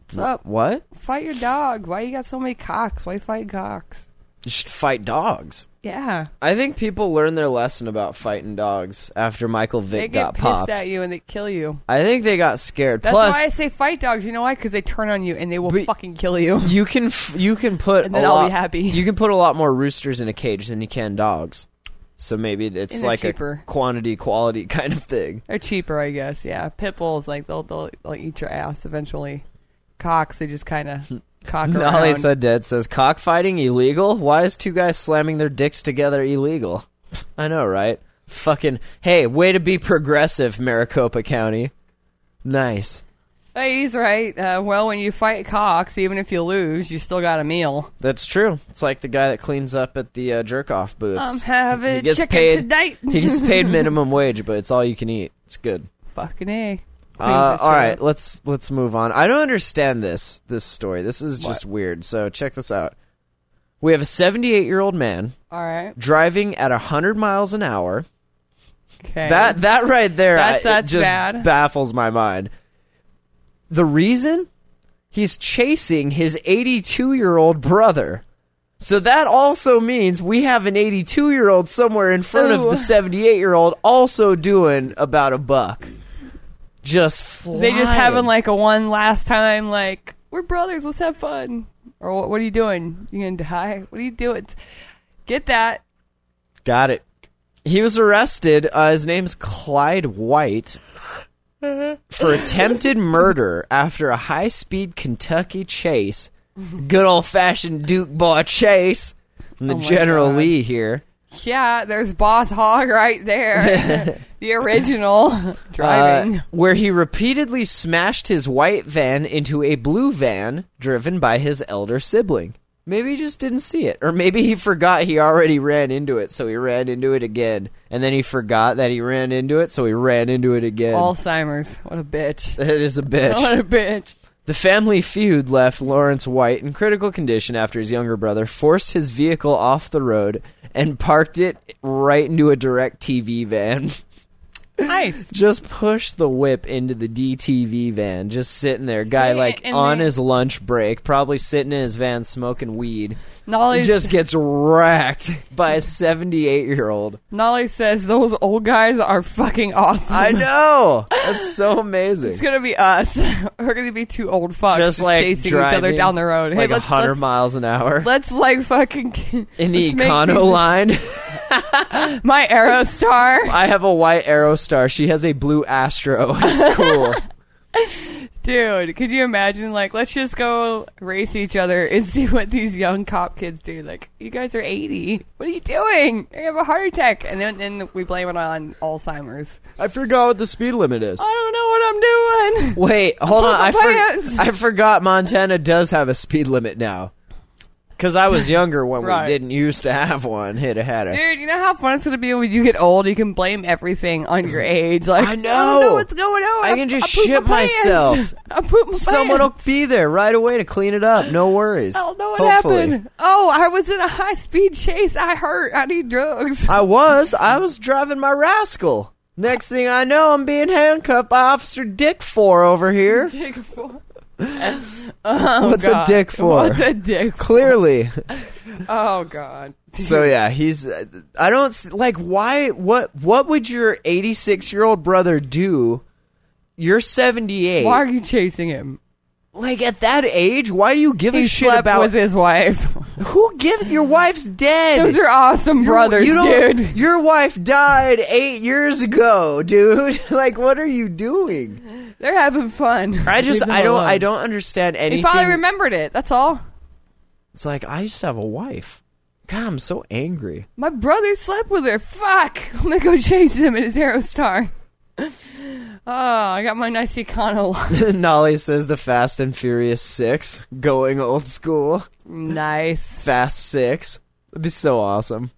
What's up?
What?
Fight your dog. Why you got so many cocks? Why you fight cocks?
You should fight dogs.
Yeah,
I think people learn their lesson about fighting dogs after Michael Vick
they get
got
pissed
popped.
at you and they kill you.
I think they got scared.
That's
Plus,
why I say fight dogs. You know why? Because they turn on you and they will
But-
fucking kill you.
you can f- you can put
And then
a
I'll be
lot,
happy.
You can put a lot more roosters in a cage than you can dogs. So maybe it's
And they're
like
cheaper.
a quantity quality kind of thing.
They're cheaper, I guess. Yeah, pit bulls like they'll they'll, they'll eat your ass eventually. Cocks, they just kind of cock around.
Nolly said dead says cockfighting illegal. Why is two guys slamming their dicks together illegal? I know, right? Fucking hey, way to be progressive, Maricopa County. Nice.
hey, he's right. Uh, well, when you fight cocks, even if you lose, you still got a meal.
That's true. It's like the guy that cleans up at the uh, jerk off booths.
I'm having
He gets
chicken
paid-
tonight.
he gets paid minimum wage, but it's all you can eat. It's good.
Fucking a.
Uh, all right, let's let's move on. I don't understand this this story. This is just weird. So check this out. We have a 78 year old man
all right.
driving at 100 miles an hour.
Okay.
That that right there
That's-
I- it
that's
just
bad.
baffles my mind. The reason he's chasing his 82 year old brother. So that also means we have an 82 year old somewhere in front of
Ooh.
the 78 year old also doing about a buck. Just flying.
they just having like a one last time. Like we're brothers. Let's have fun. Or what, what are you doing? You gonna die? What are you doing? Get that.
Got it. He was arrested. Uh, his name's Clyde White for attempted murder after a high speed Kentucky chase. Good old fashioned Duke boy chase. And the
Oh my
General
God.
Lee here.
Yeah, there's Boss Hog right there. the original driving.
Uh, where he repeatedly smashed his white van into a blue van driven by his elder sibling. Maybe he just didn't see it. Or maybe he forgot he already ran into it, so he ran into it again. And then he forgot that he ran into it, so he ran into it again.
Alzheimer's. What a bitch.
That is a bitch.
What a bitch.
The family feud left Lawrence White in critical condition after his younger brother forced his vehicle off the road and parked it right into a direct TV van.
Nice.
just pushed the whip into the DTV van, just sitting there. Guy,
They-
like,
and
on
they-
his lunch break, probably sitting in his van smoking weed.
Nolly's,
Just gets wrecked by a 78 year old.
Nolly says those old guys are fucking awesome.
I know! That's so amazing.
It's gonna be us. We're gonna be two old fucks
just like
chasing
driving
each other down the road.
like
hey, let's,
100
let's,
miles an hour.
let's like fucking
in the
let's make
Econo
these-
line.
My Aerostar,
I have a white Aerostar. She has a blue Astro. It's cool.
dude. Could you imagine? Like, let's just go race each other and see what these young cop kids do. Like, you guys are eighty. What are you doing? You have a heart attack, and then then we blame it on Alzheimer's.
I forgot what the speed limit is.
I don't know what I'm doing.
Wait, hold on.
Purple
I,
pants.
for- I forgot Montana does have a speed limit now. Because I was younger when
Right.
we didn't used to have one. It had a.
Dude, you know how fun it's gonna be when you get old. You can blame everything on your age. Like
I
don't know
know.
what's going on.
I can just
pooped
shit
my pants.
myself.
I pooped my
Someone
pants.
will be there right away to clean it up. No worries.
I don't know what
Hopefully.
happened. Oh, I was in a high speed chase. I hurt. I need drugs.
I was. I was driving my rascal. Next thing I know, I'm being handcuffed by Officer Dick Four over here.
dick for. oh,
What's
God.
a dick for?
What's a dick? for?
Clearly.
Oh God.
So yeah, he's. uh, I don't s- like why. What what would your eighty six year old brother do? You're seventy eight.
Why are you chasing him?
Like at that age, why do you give
He
a shit
slept
about
with his wife.
who gives your wife's dead?
Those are awesome
Your-
brothers,
you don't-
dude.
Your wife died eight years ago, dude. like what are you doing?
They're having fun.
I just
Leave them
I don't
alone.
I don't understand anything.
He probably remembered it. That's all.
it's like I used to have a wife. God, I'm so angry.
My brother slept with her. Fuck! I'm gonna go chase him in his Aerostar. Oh, I got my nice Econo. line.
Nolly says the Fast and Furious Six, going old school.
nice.
Fast Six. That'd be so awesome.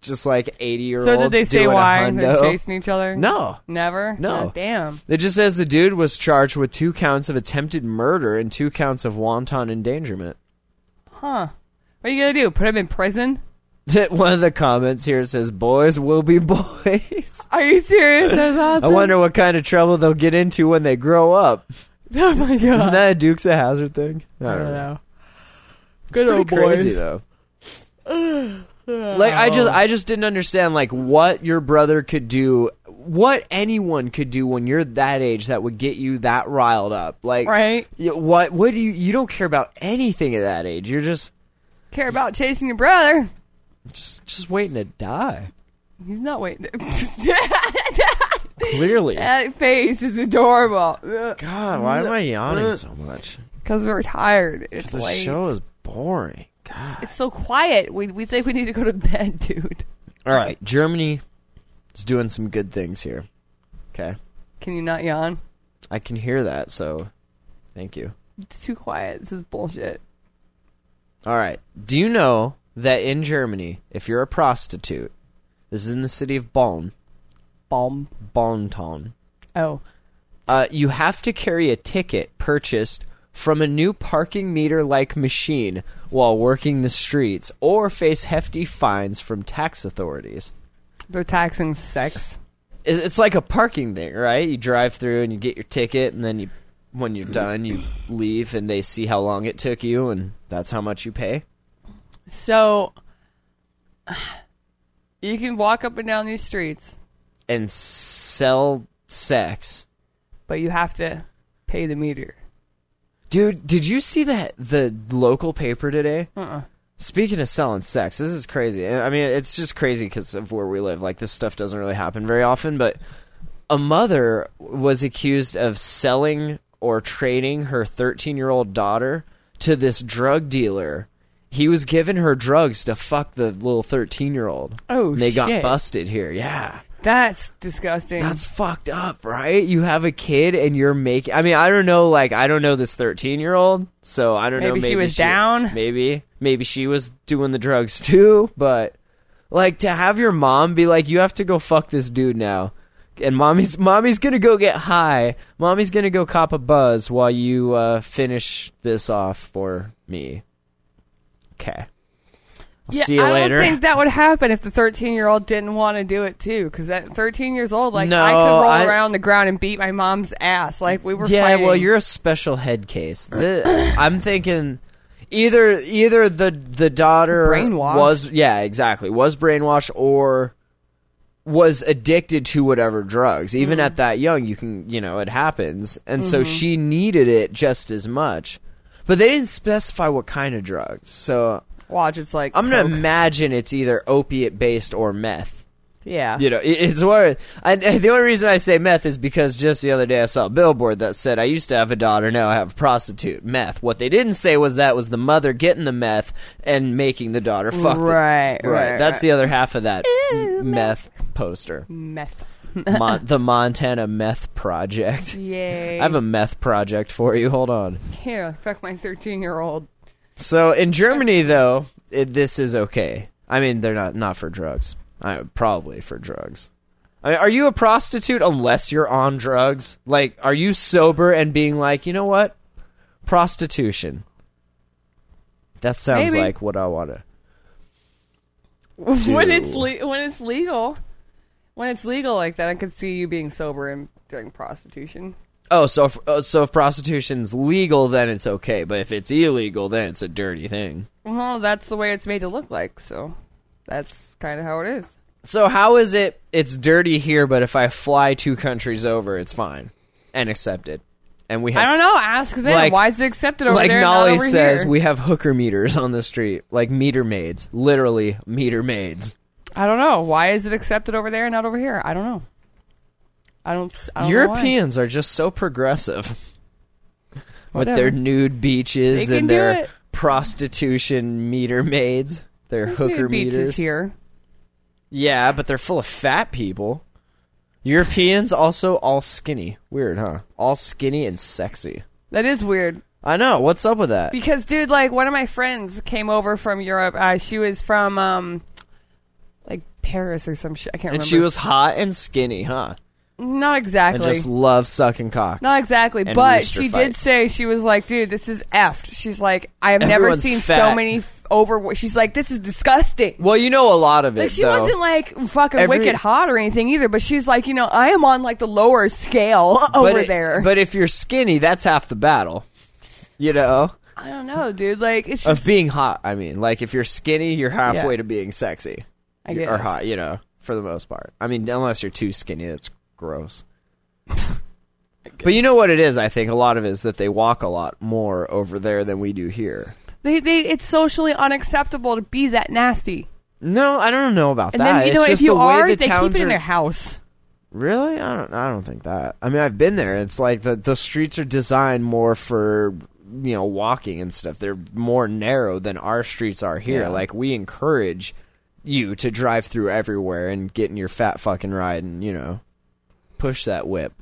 Just like eighty year olds.
So did they say
doing a
why they're
hundo.
chasing each other?
No.
never.
No.
Oh, damn.
It just says the dude was charged with two counts of attempted murder and two counts of wanton endangerment.
Huh? What are you gonna do? Put him in prison?
One of the comments here says, "Boys will be boys."
Are you serious? That's
I
awesome.
wonder what kind of trouble they'll get into when they grow up.
Oh my god.
Isn't that a Dukes of Hazard thing? I
I
don't know.
don't know. Good
Pretty
old
crazy
boys.
though. Like I just I just didn't understand like what your brother could do, what anyone could do when you're that age that would get you that riled up. Like
Right.
y- What what do you you don't care about anything at that age. You're just
Care about chasing your brother?
just, just waiting to die.
He's not waiting.
Clearly.
that face is adorable. Because
God, why am I yawning so much?
we're tired. It's
The
late.
show is boring. God.
It's so quiet. We we think we need to go to bed, dude.
All right, Germany is doing some good things here. Okay.
Can you not yawn?
I can hear that, so thank you.
It's too quiet. This is bullshit.
All right. Do you know that in Germany, if you're a prostitute, this is in the city of Bonn,
Bomb.
Bonn-Ton,
Oh.
uh, you have to carry a ticket purchased from a new parking meter like machine while working the streets or face hefty fines from tax authorities.
They're taxing sex.
It- It's like a parking thing, right? You drive through and you get your ticket, and then you, when you're done, you leave and they see how long it took you, and that's how much you pay.
So you can walk up and down these streets,
And sell sex.
but you have to pay the meter.
Dude, did you see that the local paper today?
Uh-uh.
Speaking of selling sex, this is crazy. And, I mean, it's just crazy because of where we live. Like this stuff doesn't really happen very often, but a mother was accused of selling or trading her 13-year-old daughter to this drug dealer. He was giving her drugs to fuck the little 13-year-old.
Oh,
And they got
shit.
busted here. Yeah.
That's disgusting.
That's fucked up, right? You have a kid and you're making. I mean, I don't know. Like, I don't know this 13 year old, so I don't know.
Maybe
Maybe
she was down.
Maybe, maybe she was doing the drugs too. But like to have your mom be like, you have to go fuck this dude now, and mommy's mommy's gonna go get high. Mommy's gonna go cop a buzz while you uh, finish this off for me. Okay. I'll
yeah,
see you
I
later.
don't think that would happen if the 13 year old didn't want to do it too. Because at 13 years old, like I
No,
could roll
I-
around the ground and beat my mom's ass. Like we were.
yeah,
fighting.
well, you're a special head case. The- I'm thinking either either the the daughter
Brainwashed.
was yeah exactly was brainwashed or was addicted to whatever drugs. Even
Mm-hmm.
at that young, you can you know it happens, and so she needed it just as much. But they didn't specify what kind of drugs, so
watch. It's like
I'm gonna
coke.
imagine it's either opiate based or meth.
yeah.
You know, it- it's where I, the only reason I say meth is because just the other day I saw a billboard that said, "I used to have a daughter, now I have a prostitute." Meth. What they didn't say was that was the mother getting the meth and making the daughter fuck. the-
Right, right,
That's
right.
the other half of that m- meth poster.
meth.
Mon- the Montana Meth Project.
Yay!
I have a meth project for you. Hold on.
here. Fuck my 13 year old.
So in Germany, though, it, this is okay. I mean, they're not not for drugs. I, probably for drugs. I mean, are you a prostitute unless you're on drugs? Like, are you sober and being like, you know what, prostitution? That sounds
Maybe.
like what I want to.
when it's le- when it's legal, when it's legal like that, I could see you being sober and doing prostitution.
Oh, so if, oh, so if prostitution's legal, then it's okay. But if it's illegal, then it's a dirty thing.
Well, that's the way it's made to look like. So that's kind of how it is.
So how is it? It's dirty here, but if I fly two countries over, it's fine and accepted. And we have
I don't know. Ask them.
Like-
Why is it accepted over
like
there? and not
Nolly
over
says,
here?
we have hooker meters on the street, like meter maids, literally meter maids.
I don't know. Why is it accepted over there and not over here? I don't know. I don't. I don't know why.
Europeans are just so progressive with
Whatever.
their nude beaches
They can
and
do
their
it.
prostitution meter maids, their
There's
hooker
nude beaches
meters.
here.
Yeah, but they're full of fat people. Europeans also all skinny. Weird, huh? All skinny and sexy.
That is weird.
I know. What's up with that?
Because, dude, like one of my friends came over from Europe. Uh, she was from um, like Paris or some shit. I can't
and
remember.
she was hot and skinny, huh?
not
And
exactly.
just loves sucking cock.
Not exactly,
And
but
rooster
she did
fights.
say she was like, "Dude, this is effed." She's like, "I have never
Everyone's
seen so
fat.
many f- over." She's like, "This is disgusting."
well, you know a lot of it.
Like she
though.
wasn't like fucking
Every-
wicked hot or anything either, but she's like, you know, I am on like the lower scale over
it-
there.
But if you're skinny, that's half the battle. You know,
I don't know, dude. Like it's
of
just
being hot. I mean, like if you're skinny, you're halfway
Yeah.
to being sexy
I
or
guess.
hot. You know, for the most part. I mean, unless you're too skinny, that's gross. but you know what it is? I think a lot of it is that they walk a lot more over there than we do here.
They, they, it's socially unacceptable to be that nasty.
No, I don't know about
And
that.
then you
It's
know
just
if you
the way
are,
the
they keep
towns
it in
are-
their house.
Really? I don't. I don't think that. I mean, I've been there. It's like the the streets are designed more for you know walking and stuff. They're more narrow than our streets are here.
Yeah.
Like we encourage you to drive through everywhere and get in your fat fucking ride and you know push that whip.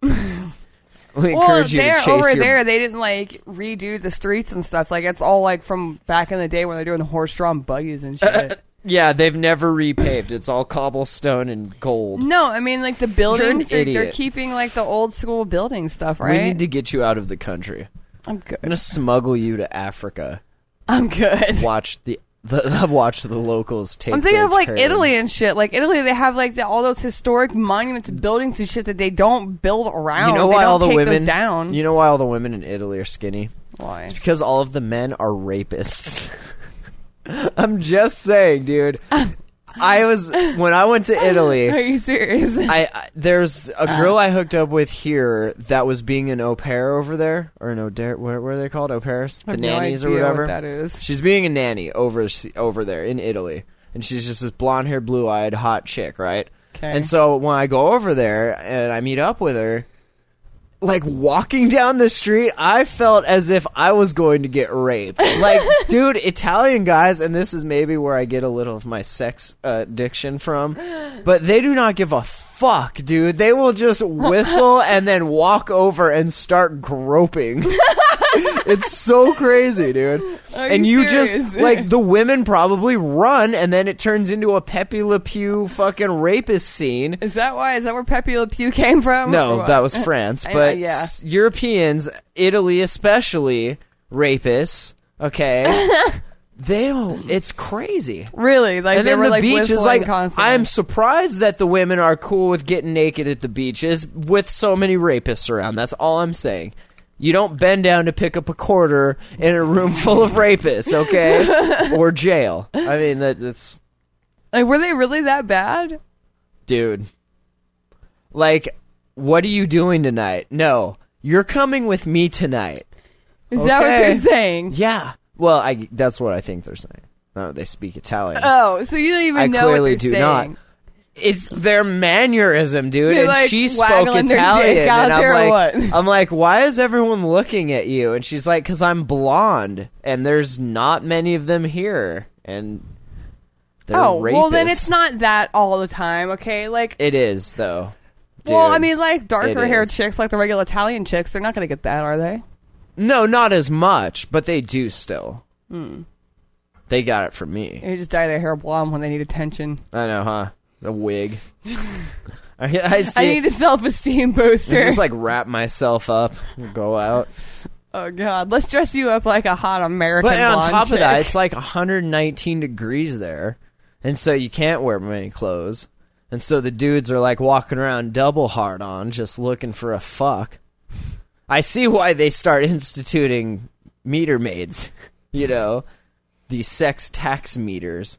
we
Well,
encourage you to
there
chase
over
your.
there, they didn't like redo the streets and stuff. Like it's all like from back in the day when they're doing horse-drawn buggies and shit.
Yeah, they've never repaved. It's all cobblestone and gold.
no, I mean like the buildings. They're, they're
idiot.
keeping like the old school building stuff, right?
We need to get you out of the country.
I'm
I'm
good.
gonna smuggle you to Africa.
I'm good.
watch the, the watch the locals take.
I'm thinking
their
of like
turn.
Italy and shit. Like Italy, they have like the, all those historic monuments, buildings and shit that they don't build around.
You know
they
why
don't
all the
take
women
those down?
You know why all the women in Italy are skinny?
why?
It's because all of the men are rapists. I'm just saying, dude. I was when I went to Italy.
Are you serious?
I, I there's a
Uh.
girl I hooked up with here that was being an au pair over there or an au pair. What, what are they called? Au pairs, the
have no
nannies or
idea what
whatever.
that is.
She's being a nanny over over there in Italy, and she's just this blonde haired, blue eyed, hot chick, right?
'Kay.
And so when I go over there and I meet up with her, like walking down the street, I felt as if I was going to get raped. Like, dude, Italian guys, and this is maybe where I get a little of my sex uh, addiction from, but they do not give a fuck, dude. They will just whistle and then walk over and start groping. it's so crazy, dude.
Are
and
you
you just
serious?
like the women probably run, and then it turns into a Pepe Le Pew fucking rapist scene.
is that why? Is that where Pepe Le Pew came from? or
No,
what?
that was France.
I- uh,
But
yeah.
s- Europeans, Italy especially, rapists. Okay, they don't. It's crazy.
really like
And
they
then
were
the
like
beach is
whistling
like.
constantly.
I'm surprised that the women are cool with getting naked at the beaches with so many rapists around. That's all I'm saying. You don't bend down to pick up a quarter in a room full of rapists, okay? or jail. I mean, that, that's
like, were they really that bad?
dude. Like, what are you doing tonight? No, you're coming with me tonight.
Is that what
Okay.
they're saying?
Yeah. Well, I that's what I think they're saying. No, they speak Italian.
Oh, so you don't even
I
know
clearly
what
do
they're saying.
not. It's their mannerism, dude.
They're,
and
like,
she spoke
waggling their dick
Italian,
out
and I'm
there or
like,
what?
I'm like, why is everyone looking at you? And she's like, because I'm blonde, and there's not many of them here, and they're
Oh, well, then
rapists.
it's not that all the time, okay? Like,
It is though.
well,
dude.
I mean, like darker haired
is.
chicks, like the regular Italian chicks, they're not going to get that, are they?
No, not as much, but they do still. They got it from me.
They just dye their hair blonde when they need attention.
I know, huh? The wig. I, I see.
I need a self esteem booster.
just like wrap myself up, and go out.
oh God, let's dress you up like a hot American.
But on
blonde
top of that,
chick.
it's like 119 degrees there, and so you can't wear many clothes. And so the dudes are like walking around double hard on, just looking for a fuck. I see why they start instituting meter maids. You know, these sex tax meters.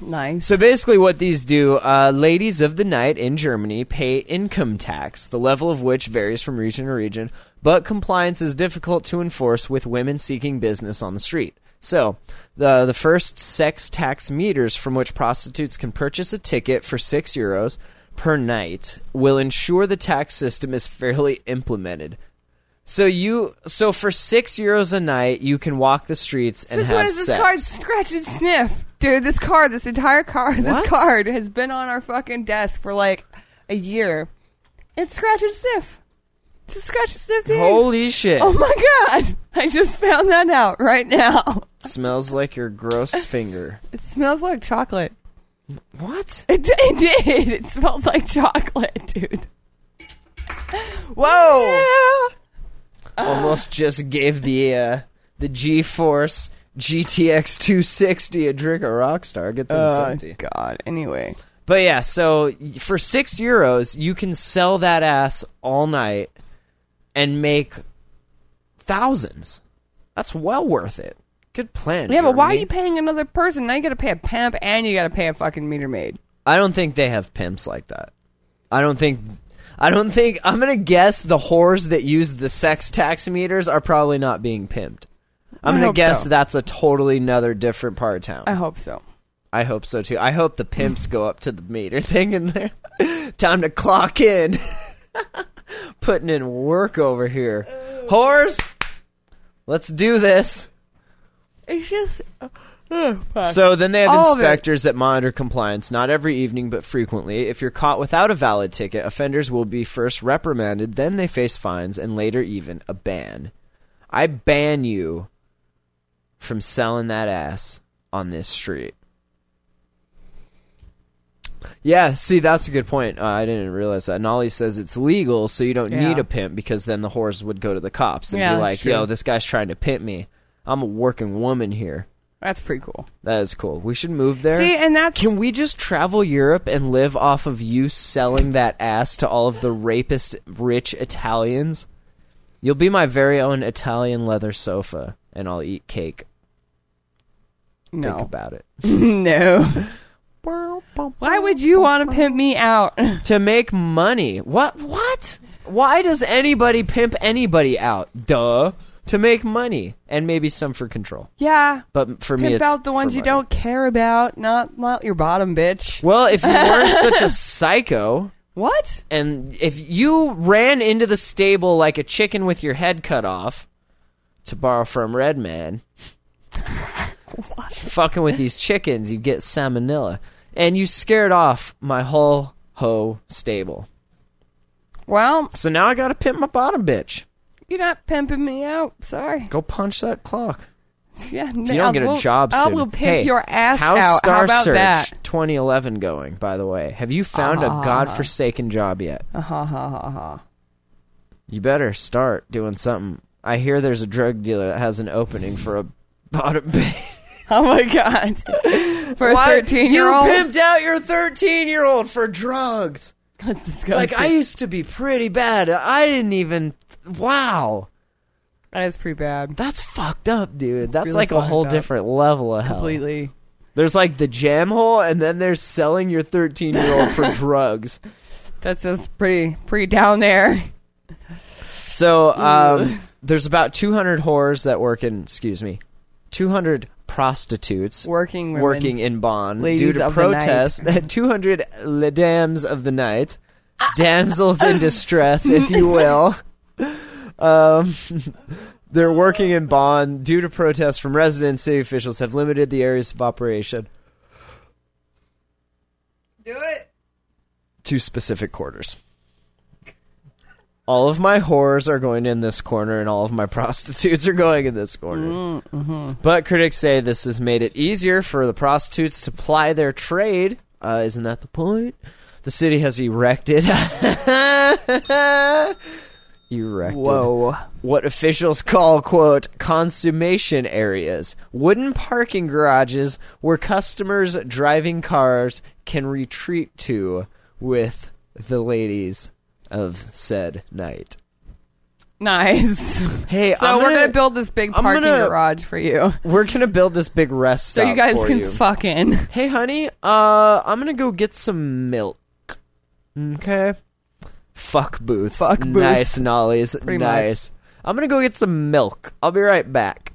nice.
So basically, what these do, uh, ladies of the night in Germany pay income tax, the level of which varies from region to region, but compliance is difficult to enforce with women seeking business on the street. So, the the first sex tax meters from which prostitutes can purchase a ticket for six euros per night will ensure the tax system is fairly implemented. So you, so for six euros a night, you can walk the streets and
Since
have
when is this
sex.
card scratch and sniff, dude? This card, this entire card,
What?
this card has been on our fucking desk for like a year. It's scratch and sniff. Just scratch and sniff, dude.
Holy shit!
Oh my god! I just found that out right now.
Smells like your gross finger.
It smells like chocolate.
What?
It, d- it did. It smelled like chocolate, dude. Whoa! Ah.
Almost just gave the uh, the G Force GTX 260 a drink of Rockstar. Get them it's
Oh
empty.
God. Anyway,
But yeah, so y- for six euros, you can sell that ass all night and make thousands. That's well worth it. Good plan.
yeah, but why are
Germany.
you paying another person? Now you got to pay a pimp and you got to pay a fucking meter maid.
I don't think they have pimps like that. I don't think. I don't think. I'm gonna guess the whores that use the sex tax meters are probably not being pimped. I'm
I
gonna
hope
guess
so.
that's a totally another different part of town.
I hope so.
I hope so too. I hope the pimps go up to the meter thing in there. Time to clock in. Putting in work over here. Whores, let's do this.
It's just. Oh, fuck.
So then they have
All of it.
inspectors that monitor compliance, not every evening, but frequently. If you're caught without a valid ticket, offenders will be first reprimanded, then they face fines, and later even a ban. I ban you from selling that ass on this street. Yeah, see, that's a good point. Uh, I didn't realize that. Nolly says it's legal, so you don't
Yeah.
need a pimp because then the whores would go to the cops and
Yeah,
be
that's
like,
true.
yo, this guy's trying to pimp me. I'm a working woman here.
that's pretty cool.
That is cool. We should move there.
See, and that's
Can we just travel Europe and live off of you selling that ass to all of the rapist rich Italians? You'll be my very own Italian leather sofa, and I'll eat cake. Think
no,
about it.
no. Why would you want to pimp me out?
To make money. What? What? Why does anybody pimp anybody out? Duh. To make money, and maybe some for control.
yeah,
But for me,
pimp
it's
out the
for
ones you
money.
don't care about, not not your bottom bitch.
Well, if you weren't such a psycho,
What?
and if you ran into the stable like a chicken with your head cut off, to borrow from Redman, fucking with these chickens, you get salmonella, and you scared off my whole hoe stable.
Well,
So now I gotta pimp my bottom bitch.
you're not pimping me out. Sorry.
Go punch that clock.
Yeah,
If you don't get a job
I
soon.
will pimp
hey,
your ass
how's
out.
Star
How about
Search
that? Ah.
2011 going? By the way, have you found a godforsaken job yet?
Ha ha ha ha.
You better start doing something. I hear there's a drug dealer that has an opening for a bottom bitch.
Oh my god. For a thirteen year
You
old,
pimped out your 13 year old for drugs.
that's disgusting.
Like, I used to be pretty bad. I didn't even. Wow.
that is pretty bad.
That's fucked up, dude. That's
really
like a
fucked
whole
up.
different level
Oh.
of hell.
Completely.
There's like the jam hole, and then there's selling your 13 year old for drugs.
That's that's pretty pretty down there.
So um, there's about 200 whores that work in, excuse me, 200 prostitutes
Working women.
working in Bonn due
Ladies
to
of the night.
protest. 200 le dames of the night,
Ah.
damsels in distress, if you will. Um, they're working in Bonn due to protests from residents. City officials have limited the areas of operation
Do it.
to specific quarters. All of my whores are going in this corner, and all of my prostitutes are going in this corner. But critics say this has made it easier for the prostitutes to ply their trade. Uh, isn't that the point? The city has erected. erected.
Whoa.
What officials call, quote, consummation areas, wooden parking garages where customers driving cars can retreat to with the ladies of said night.
Nice. So
Hey, I'm
we're gonna build this big
I'm
parking
gonna-
garage for you,
We're gonna build this big rest
so
stop
you guys
for
can
you.
fuck in.
hey, honey, uh, I'm gonna go get some milk. Okay. Fuck booths.
Fuck
Nice
booths.
nollies. nice. I'm gonna go get some milk. I'll be right back.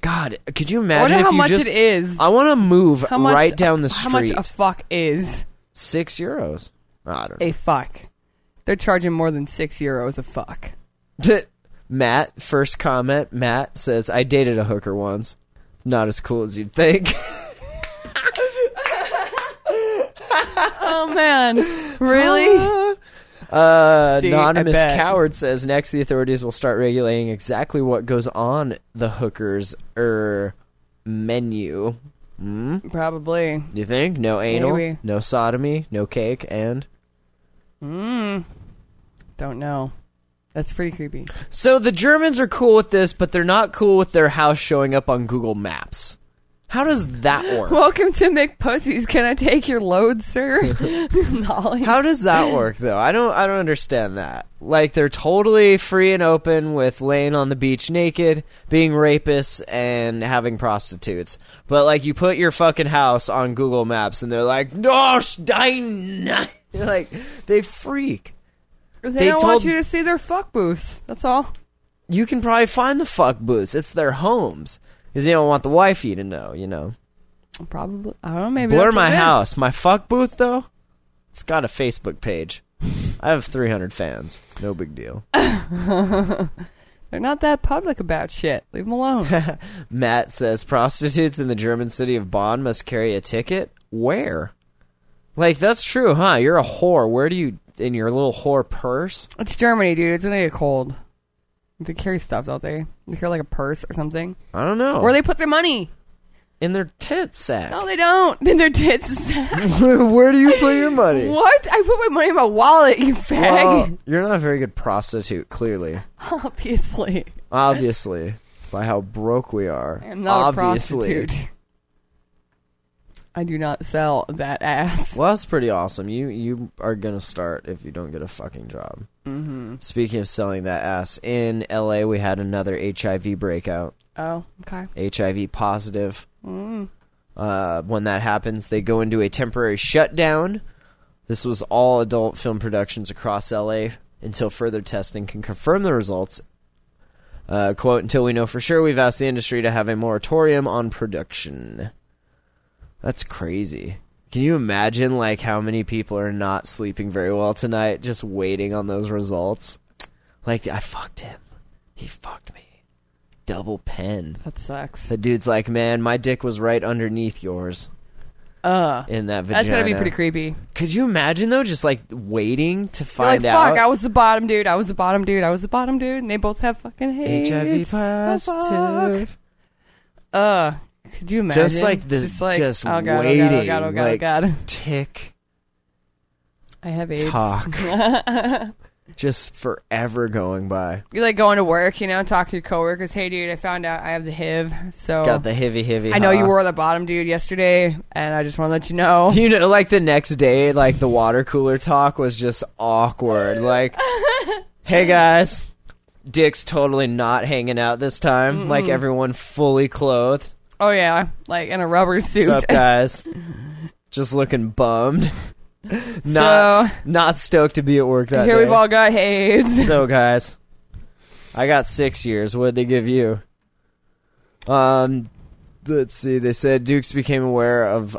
God, could you
I
imagine
wonder
if
how
you
much
just?
it is.
I want to move
How much
right down the
How much
street.
a fuck is
Six euros. I don't know.
a fuck? They're charging more than six euros a fuck.
Matt, first comment. Matt says, "I dated a hooker once. Not as cool as you'd think."
Oh man, really?
Uh,
See, I
anonymous
bet.
coward says next the authorities will start regulating exactly what goes on the hookers er menu.
Probably.
You think? No anal,
Maybe.
no sodomy, no cake, and
Don't know. That's pretty creepy.
so the Germans are cool with this, but they're not cool with their house showing up on Google Maps. How does that work?
Welcome to McPussies. Can I take your load, sir? Nolly.
How does that work though? I don't I don't understand that. Like they're totally free and open with laying on the beach naked, being rapists and having prostitutes. But like you put your fucking house on Google Maps and they're like, "No, Stein." Like they freak.
they,
they
don't want
told-
you to see their fuck booths. That's all.
You can probably find the fuck booths. It's their homes. Cuz they don't want the wifey to know, you know.
Probably. I don't know. Maybe
Blur
that's what
my
it is.
house. My fuck booth though, it's got a Facebook page. I have 300 fans. No big deal.
They're not that public about shit. Leave them alone.
Matt says prostitutes in the German city of Bonn must carry a ticket. Where? Like that's true, huh? You're a whore. Where do you in your little whore purse?
it's Germany, dude. It's gonna get cold. They carry stuff, don't they? They carry like a purse or something.
I don't know.
Where they Oh, put their money?
in their tit sack?
No, they don't. Then their tits.
Where do you put your money?
what? I put my money in my wallet. You fag.
Well, you're not a very good prostitute, clearly.
Obviously,
Obviously, by how broke we are.
I'm not
Obviously.
a prostitute. I do not sell that ass.
Well, that's pretty awesome. You you are gonna start if you don't get a fucking job. Mm-hmm. Speaking of selling that ass, in L.A. we had another HIV breakout.
Oh, okay.
HIV positive. Uh, when that happens, they go into a temporary shutdown. This was all adult film productions across LA until further testing can confirm the results. Uh, quote, until we know for sure, we've asked the industry to have a moratorium on production. That's crazy. Can you imagine, like, how many people are not sleeping very well tonight just waiting on those results? Like, I fucked him. He fucked me. Double pen.
That sucks.
The dude's like, man, my dick was right underneath yours
Uh,
in that vagina.
that's gotta be pretty creepy.
Could you imagine though, just like waiting to
You're
find
like,
out?
fuck, I was the bottom dude. I was the bottom dude. I was the bottom dude, and they both have fucking hate.
HIV positive.
Uh, could you imagine?
Just like this, just,
oh, God,
waiting,
Oh God, oh God, oh God, oh
like
God.
tick
I have AIDS.
tock, just forever going by.
You're like going to work, you know, talk to your coworkers. Hey, dude, I found out I have the HIV. So
Got the heavy, heavy.
Oh. I know you
ha.
were the bottom dude yesterday, and I just want to let you know.
You know, like the next day, like the water cooler talk was just awkward. Like, hey guys, Dick's totally not hanging out this time. Like everyone fully clothed.
Oh yeah, like in a rubber suit.
What's up, guys? Just looking bummed. not
So-
not stoked to be at work that
Here
day.
we've all got AIDS.
so, guys, I got six years. What did they give you? Um, let's see. They said Dukes became aware of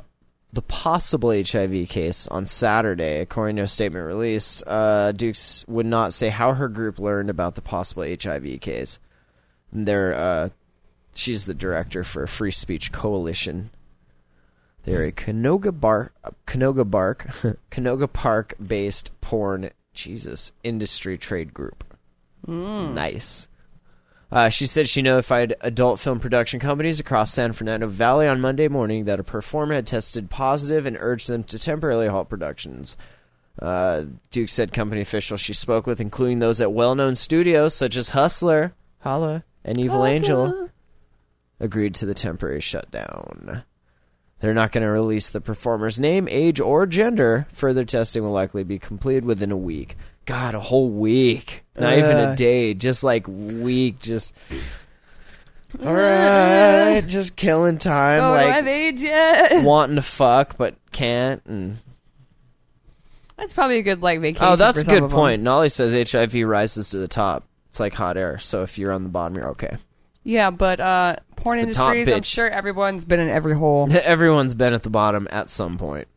the possible HIV case on Saturday, according to a statement released. Uh, Dukes would not say how her group learned about the possible HIV case. They're, uh, she's the director for Free Speech Coalition. They're a Canoga Bark, Canoga Bark, Canoga Park-based porn, Jesus, industry trade group. Nice. Uh, she said she notified adult film production companies across San Fernando Valley on Monday morning that a performer had tested positive and urged them to temporarily halt productions. Uh, Duke said company officials she spoke with, including those at well-known studios such as Hustler, Holla, and Evil Angel, agreed to the temporary shutdown. They're not going to release the performer's name, age, or gender. Further testing will likely be completed within a week. God, a whole week. Not even a
Ugh.
day. Just like week. Just. All right. Just killing time.
Oh, do I have
like
AIDS yet?
wanting to fuck, but can't. And
That's probably a good like vacation.
Oh, that's
for
a
some
good
of 'em.
point. Nolly says HIV rises to the top. It's like hot air. So if you're on the bottom, you're okay.
Yeah, but uh, porn
It's the top
industries. I'm
bitch.
sure everyone's been in every hole
Everyone's been at the bottom at some point.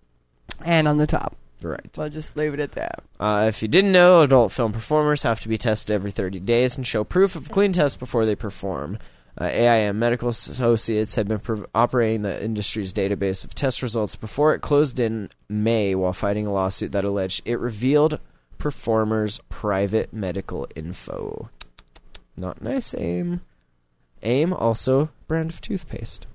and on the top.
Right.
We'll just leave it at that.
Uh, if you didn't know, adult film performers have to be tested every 30 days and show proof of clean test before they perform. Uh, AIM Medical Associates had been pro- operating the industry's database of test results before it closed in May while fighting a lawsuit that alleged it revealed performers' private medical info. Not nice, AIM. AIM, also brand of toothpaste.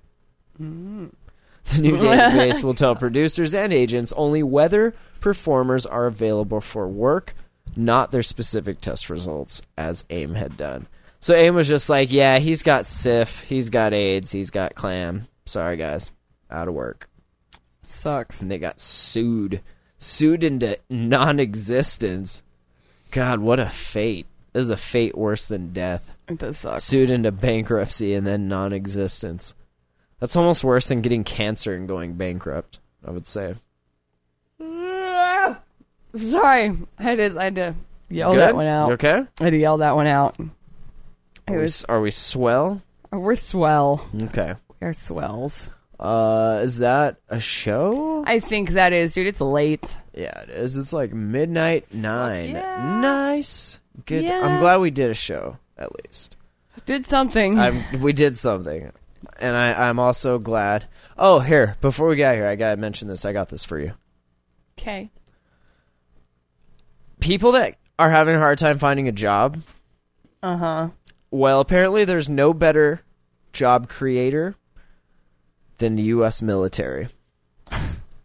The new database will tell producers and agents only whether performers are available for work, not their specific test results, as AIM had done. So AIM was just like, yeah, he's got SIF, he's got AIDS, he's got clam. Sorry, guys. Out of work.
Sucks.
And they got sued. Sued into non existence. God, what a fate. This is a fate worse than death
It does suck.
sued into bankruptcy and then non-existence. That's almost worse than getting cancer and going bankrupt. I would say.
Sorry, I had to, I had to yell
Good?
Oh, that one out.
You okay?
I had to yell that one out. It
Are we,
was
are we swell?
we're swell.
Okay.
We're swells.
Uh, is that a show?
I think that is, dude. It's late.
Yeah, it is. It's like midnight nine.
yeah.
Nice. Good.
Yeah.
I'm glad we did a show at least.
Did something.
I'm, we did something, and I, I'm also glad. Oh, here before we got here, I gotta mention this. I got this for you.
okay.
People that are having a hard time finding a job. Uh huh.
Uh-huh.
Well, apparently, there's no better job creator than the U.S. military.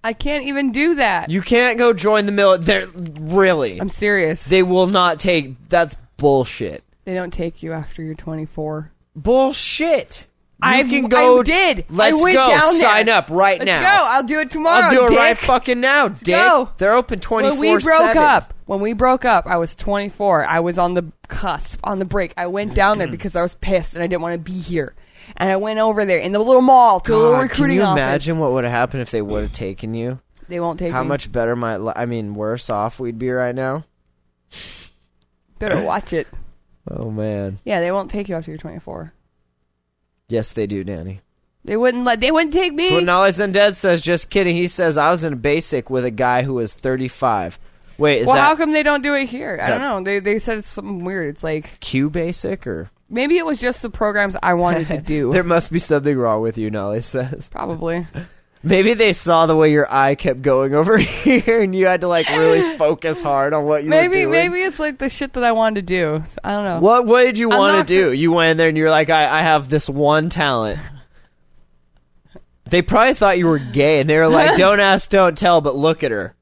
I can't even do that.
You can't go join the military. Really,
I'm serious. They,
they will not take. That's bullshit.
don't take you after you're 24.
Bullshit. You
I
can go.
I did.
Let's
I went
go.
down there.
Sign up right
Let's
now.
go. I'll do it tomorrow.
I'll do it
dick.
right fucking now, Dick.
go.
They're open twenty
When
four.
we broke up, when we broke up, I was 24. I was on the cusp, on the break. I went down
Mm-hmm.
there because I was pissed and I didn't want to be here. And I went over there in the little mall to the little recruiting
Can you
office.
imagine what would have happened if they would have taken you?
They won't take
How
me.
much better my, li- I mean, worse off we'd be right now.
Better watch it.
Oh man,
Yeah, they won't take you after you're 24.
yes they do, Danny.
They wouldn't let. They wouldn't take me.
So when Knowledge Undead says, "Just kidding," he says, "I was in a basic with a guy who was thirty five. Wait, is
well,
that
how come they don't do it here? I
that-
don't know. They they said it's something weird. It's like
Q basic or
maybe it was just the programs I wanted to do.
there must be something wrong with you? Knowledge says.
Probably.
Maybe they saw the way your eye kept going over here, and you had to like really focus hard on what you were
Maybe
doing.
maybe it's like the shit that I wanted to do. So, I don't know.
What what did you
I'm
want
not
to do? You went in there and you're like, I, I have this one talent. They probably thought you were gay and they were like, Don't ask, don't tell, but look at her.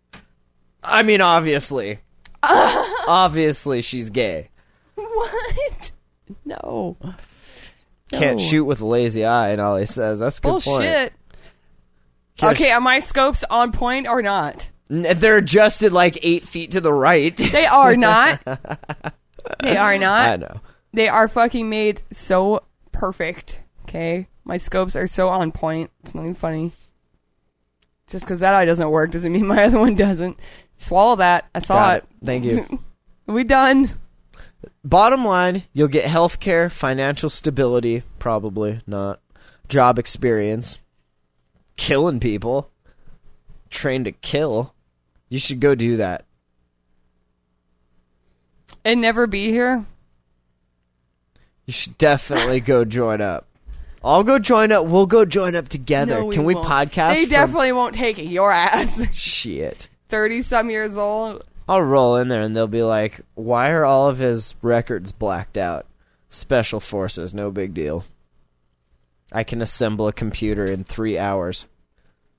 I mean obviously. obviously she's gay.
What? No.
Can't
No.
shoot with a lazy eye and all he says. That's a good point.
Bullshit.
Can't
okay, are my scopes on point or not?
N- They're adjusted like eight feet to the right.
They are not. they are
I
not.
know.
They are fucking made so perfect. Okay, my scopes are so on point. It's not even funny. Just because that eye doesn't work doesn't mean my other one doesn't. Swallow that. I saw
Got
it.
it. Thank you.
We done.
Bottom line, you'll get health care, financial stability, probably not, job experience, killing people, trained to kill. You should go do that.
And never be here.
You should definitely go join up. I'll go join up. We'll go join up together.
No,
Can we
won't.
podcast?
They
from-
definitely won't take it. Your ass.
Shit.
Thirty some years old.
I'll roll in there and they'll be like, why are all of his records blacked out? Special forces, no big deal. I can assemble a computer in three hours.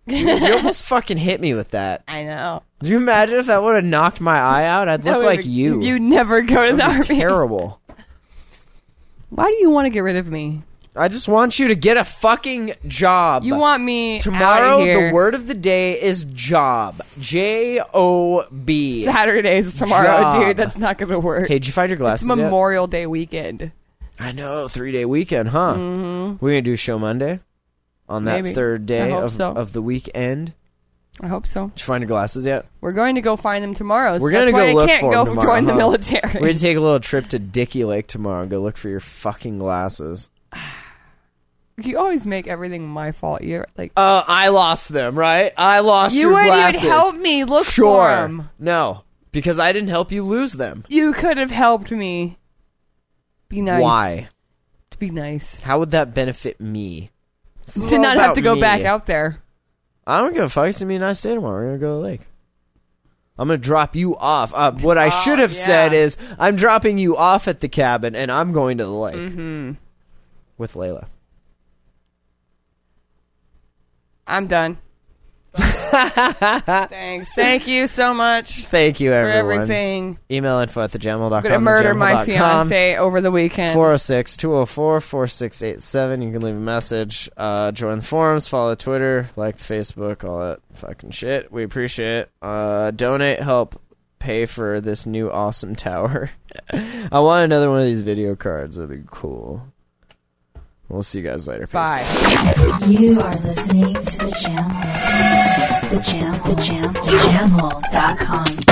You, you almost fucking hit me with that.
I know.
Do you imagine if that would have knocked my eye out? I'd
That
look
would
like
be-
you.
You never go to the
That'd
army.
be terrible.
Why do you want to get rid of me?
I just want you to get a fucking job.
You want me
tomorrow?
outta here.
The word of the day is job. J O B.
Saturdays tomorrow,
Job.
dude. That's not gonna work.
Hey, did you find your
it's
glasses? yet?
Memorial Day weekend.
I know, three day weekend, huh? We're gonna do a show Monday on that
Mm-hmm. Maybe.
third day
I hope
of,
so.
of the weekend.
I hope so.
Did you find your glasses yet?
We're going to go find them tomorrow. So
We're gonna
that's
go
why
look
I can't
for
go
them tomorrow,
join the
huh?
military.
We're gonna take a little trip to Dickey Lake tomorrow and go look for your fucking glasses.
you always make everything my fault. You're like
Uh, I lost them, right? I lost
you
your
wouldn't
glasses.
even help me look
Sure.
for them.
No, because I didn't help you lose them.
You could have helped me. Be nice.
Why?
To be nice.
How would that benefit me? This is
to
all
not have
about
to go
me.
back out there.
I don't give a fuck. It's gonna be a nice day tomorrow. We're gonna go to the lake. I'm gonna drop you off. Uh, what I should have
Oh, yeah.
said is, I'm dropping you off at the cabin, and I'm going to the lake
Mm-hmm.
with Layla.
I'm done. Thanks. Thank you so much
Thank you,
for
everyone.
everything.
Email info at thegemmel.com.
I'm gonna murder my fiance over the weekend.
406 204 4687. You can leave a message. Uh, join the forums, follow Twitter, like the Facebook, all that fucking shit. We appreciate it. Uh, donate, help pay for this new awesome tower. I want another one of these video cards. That'd be cool. We'll see you guys later. Peace.
Bye.
You are listening to the Jam Hole. The Jam, the Jam, the Jam Hole.com.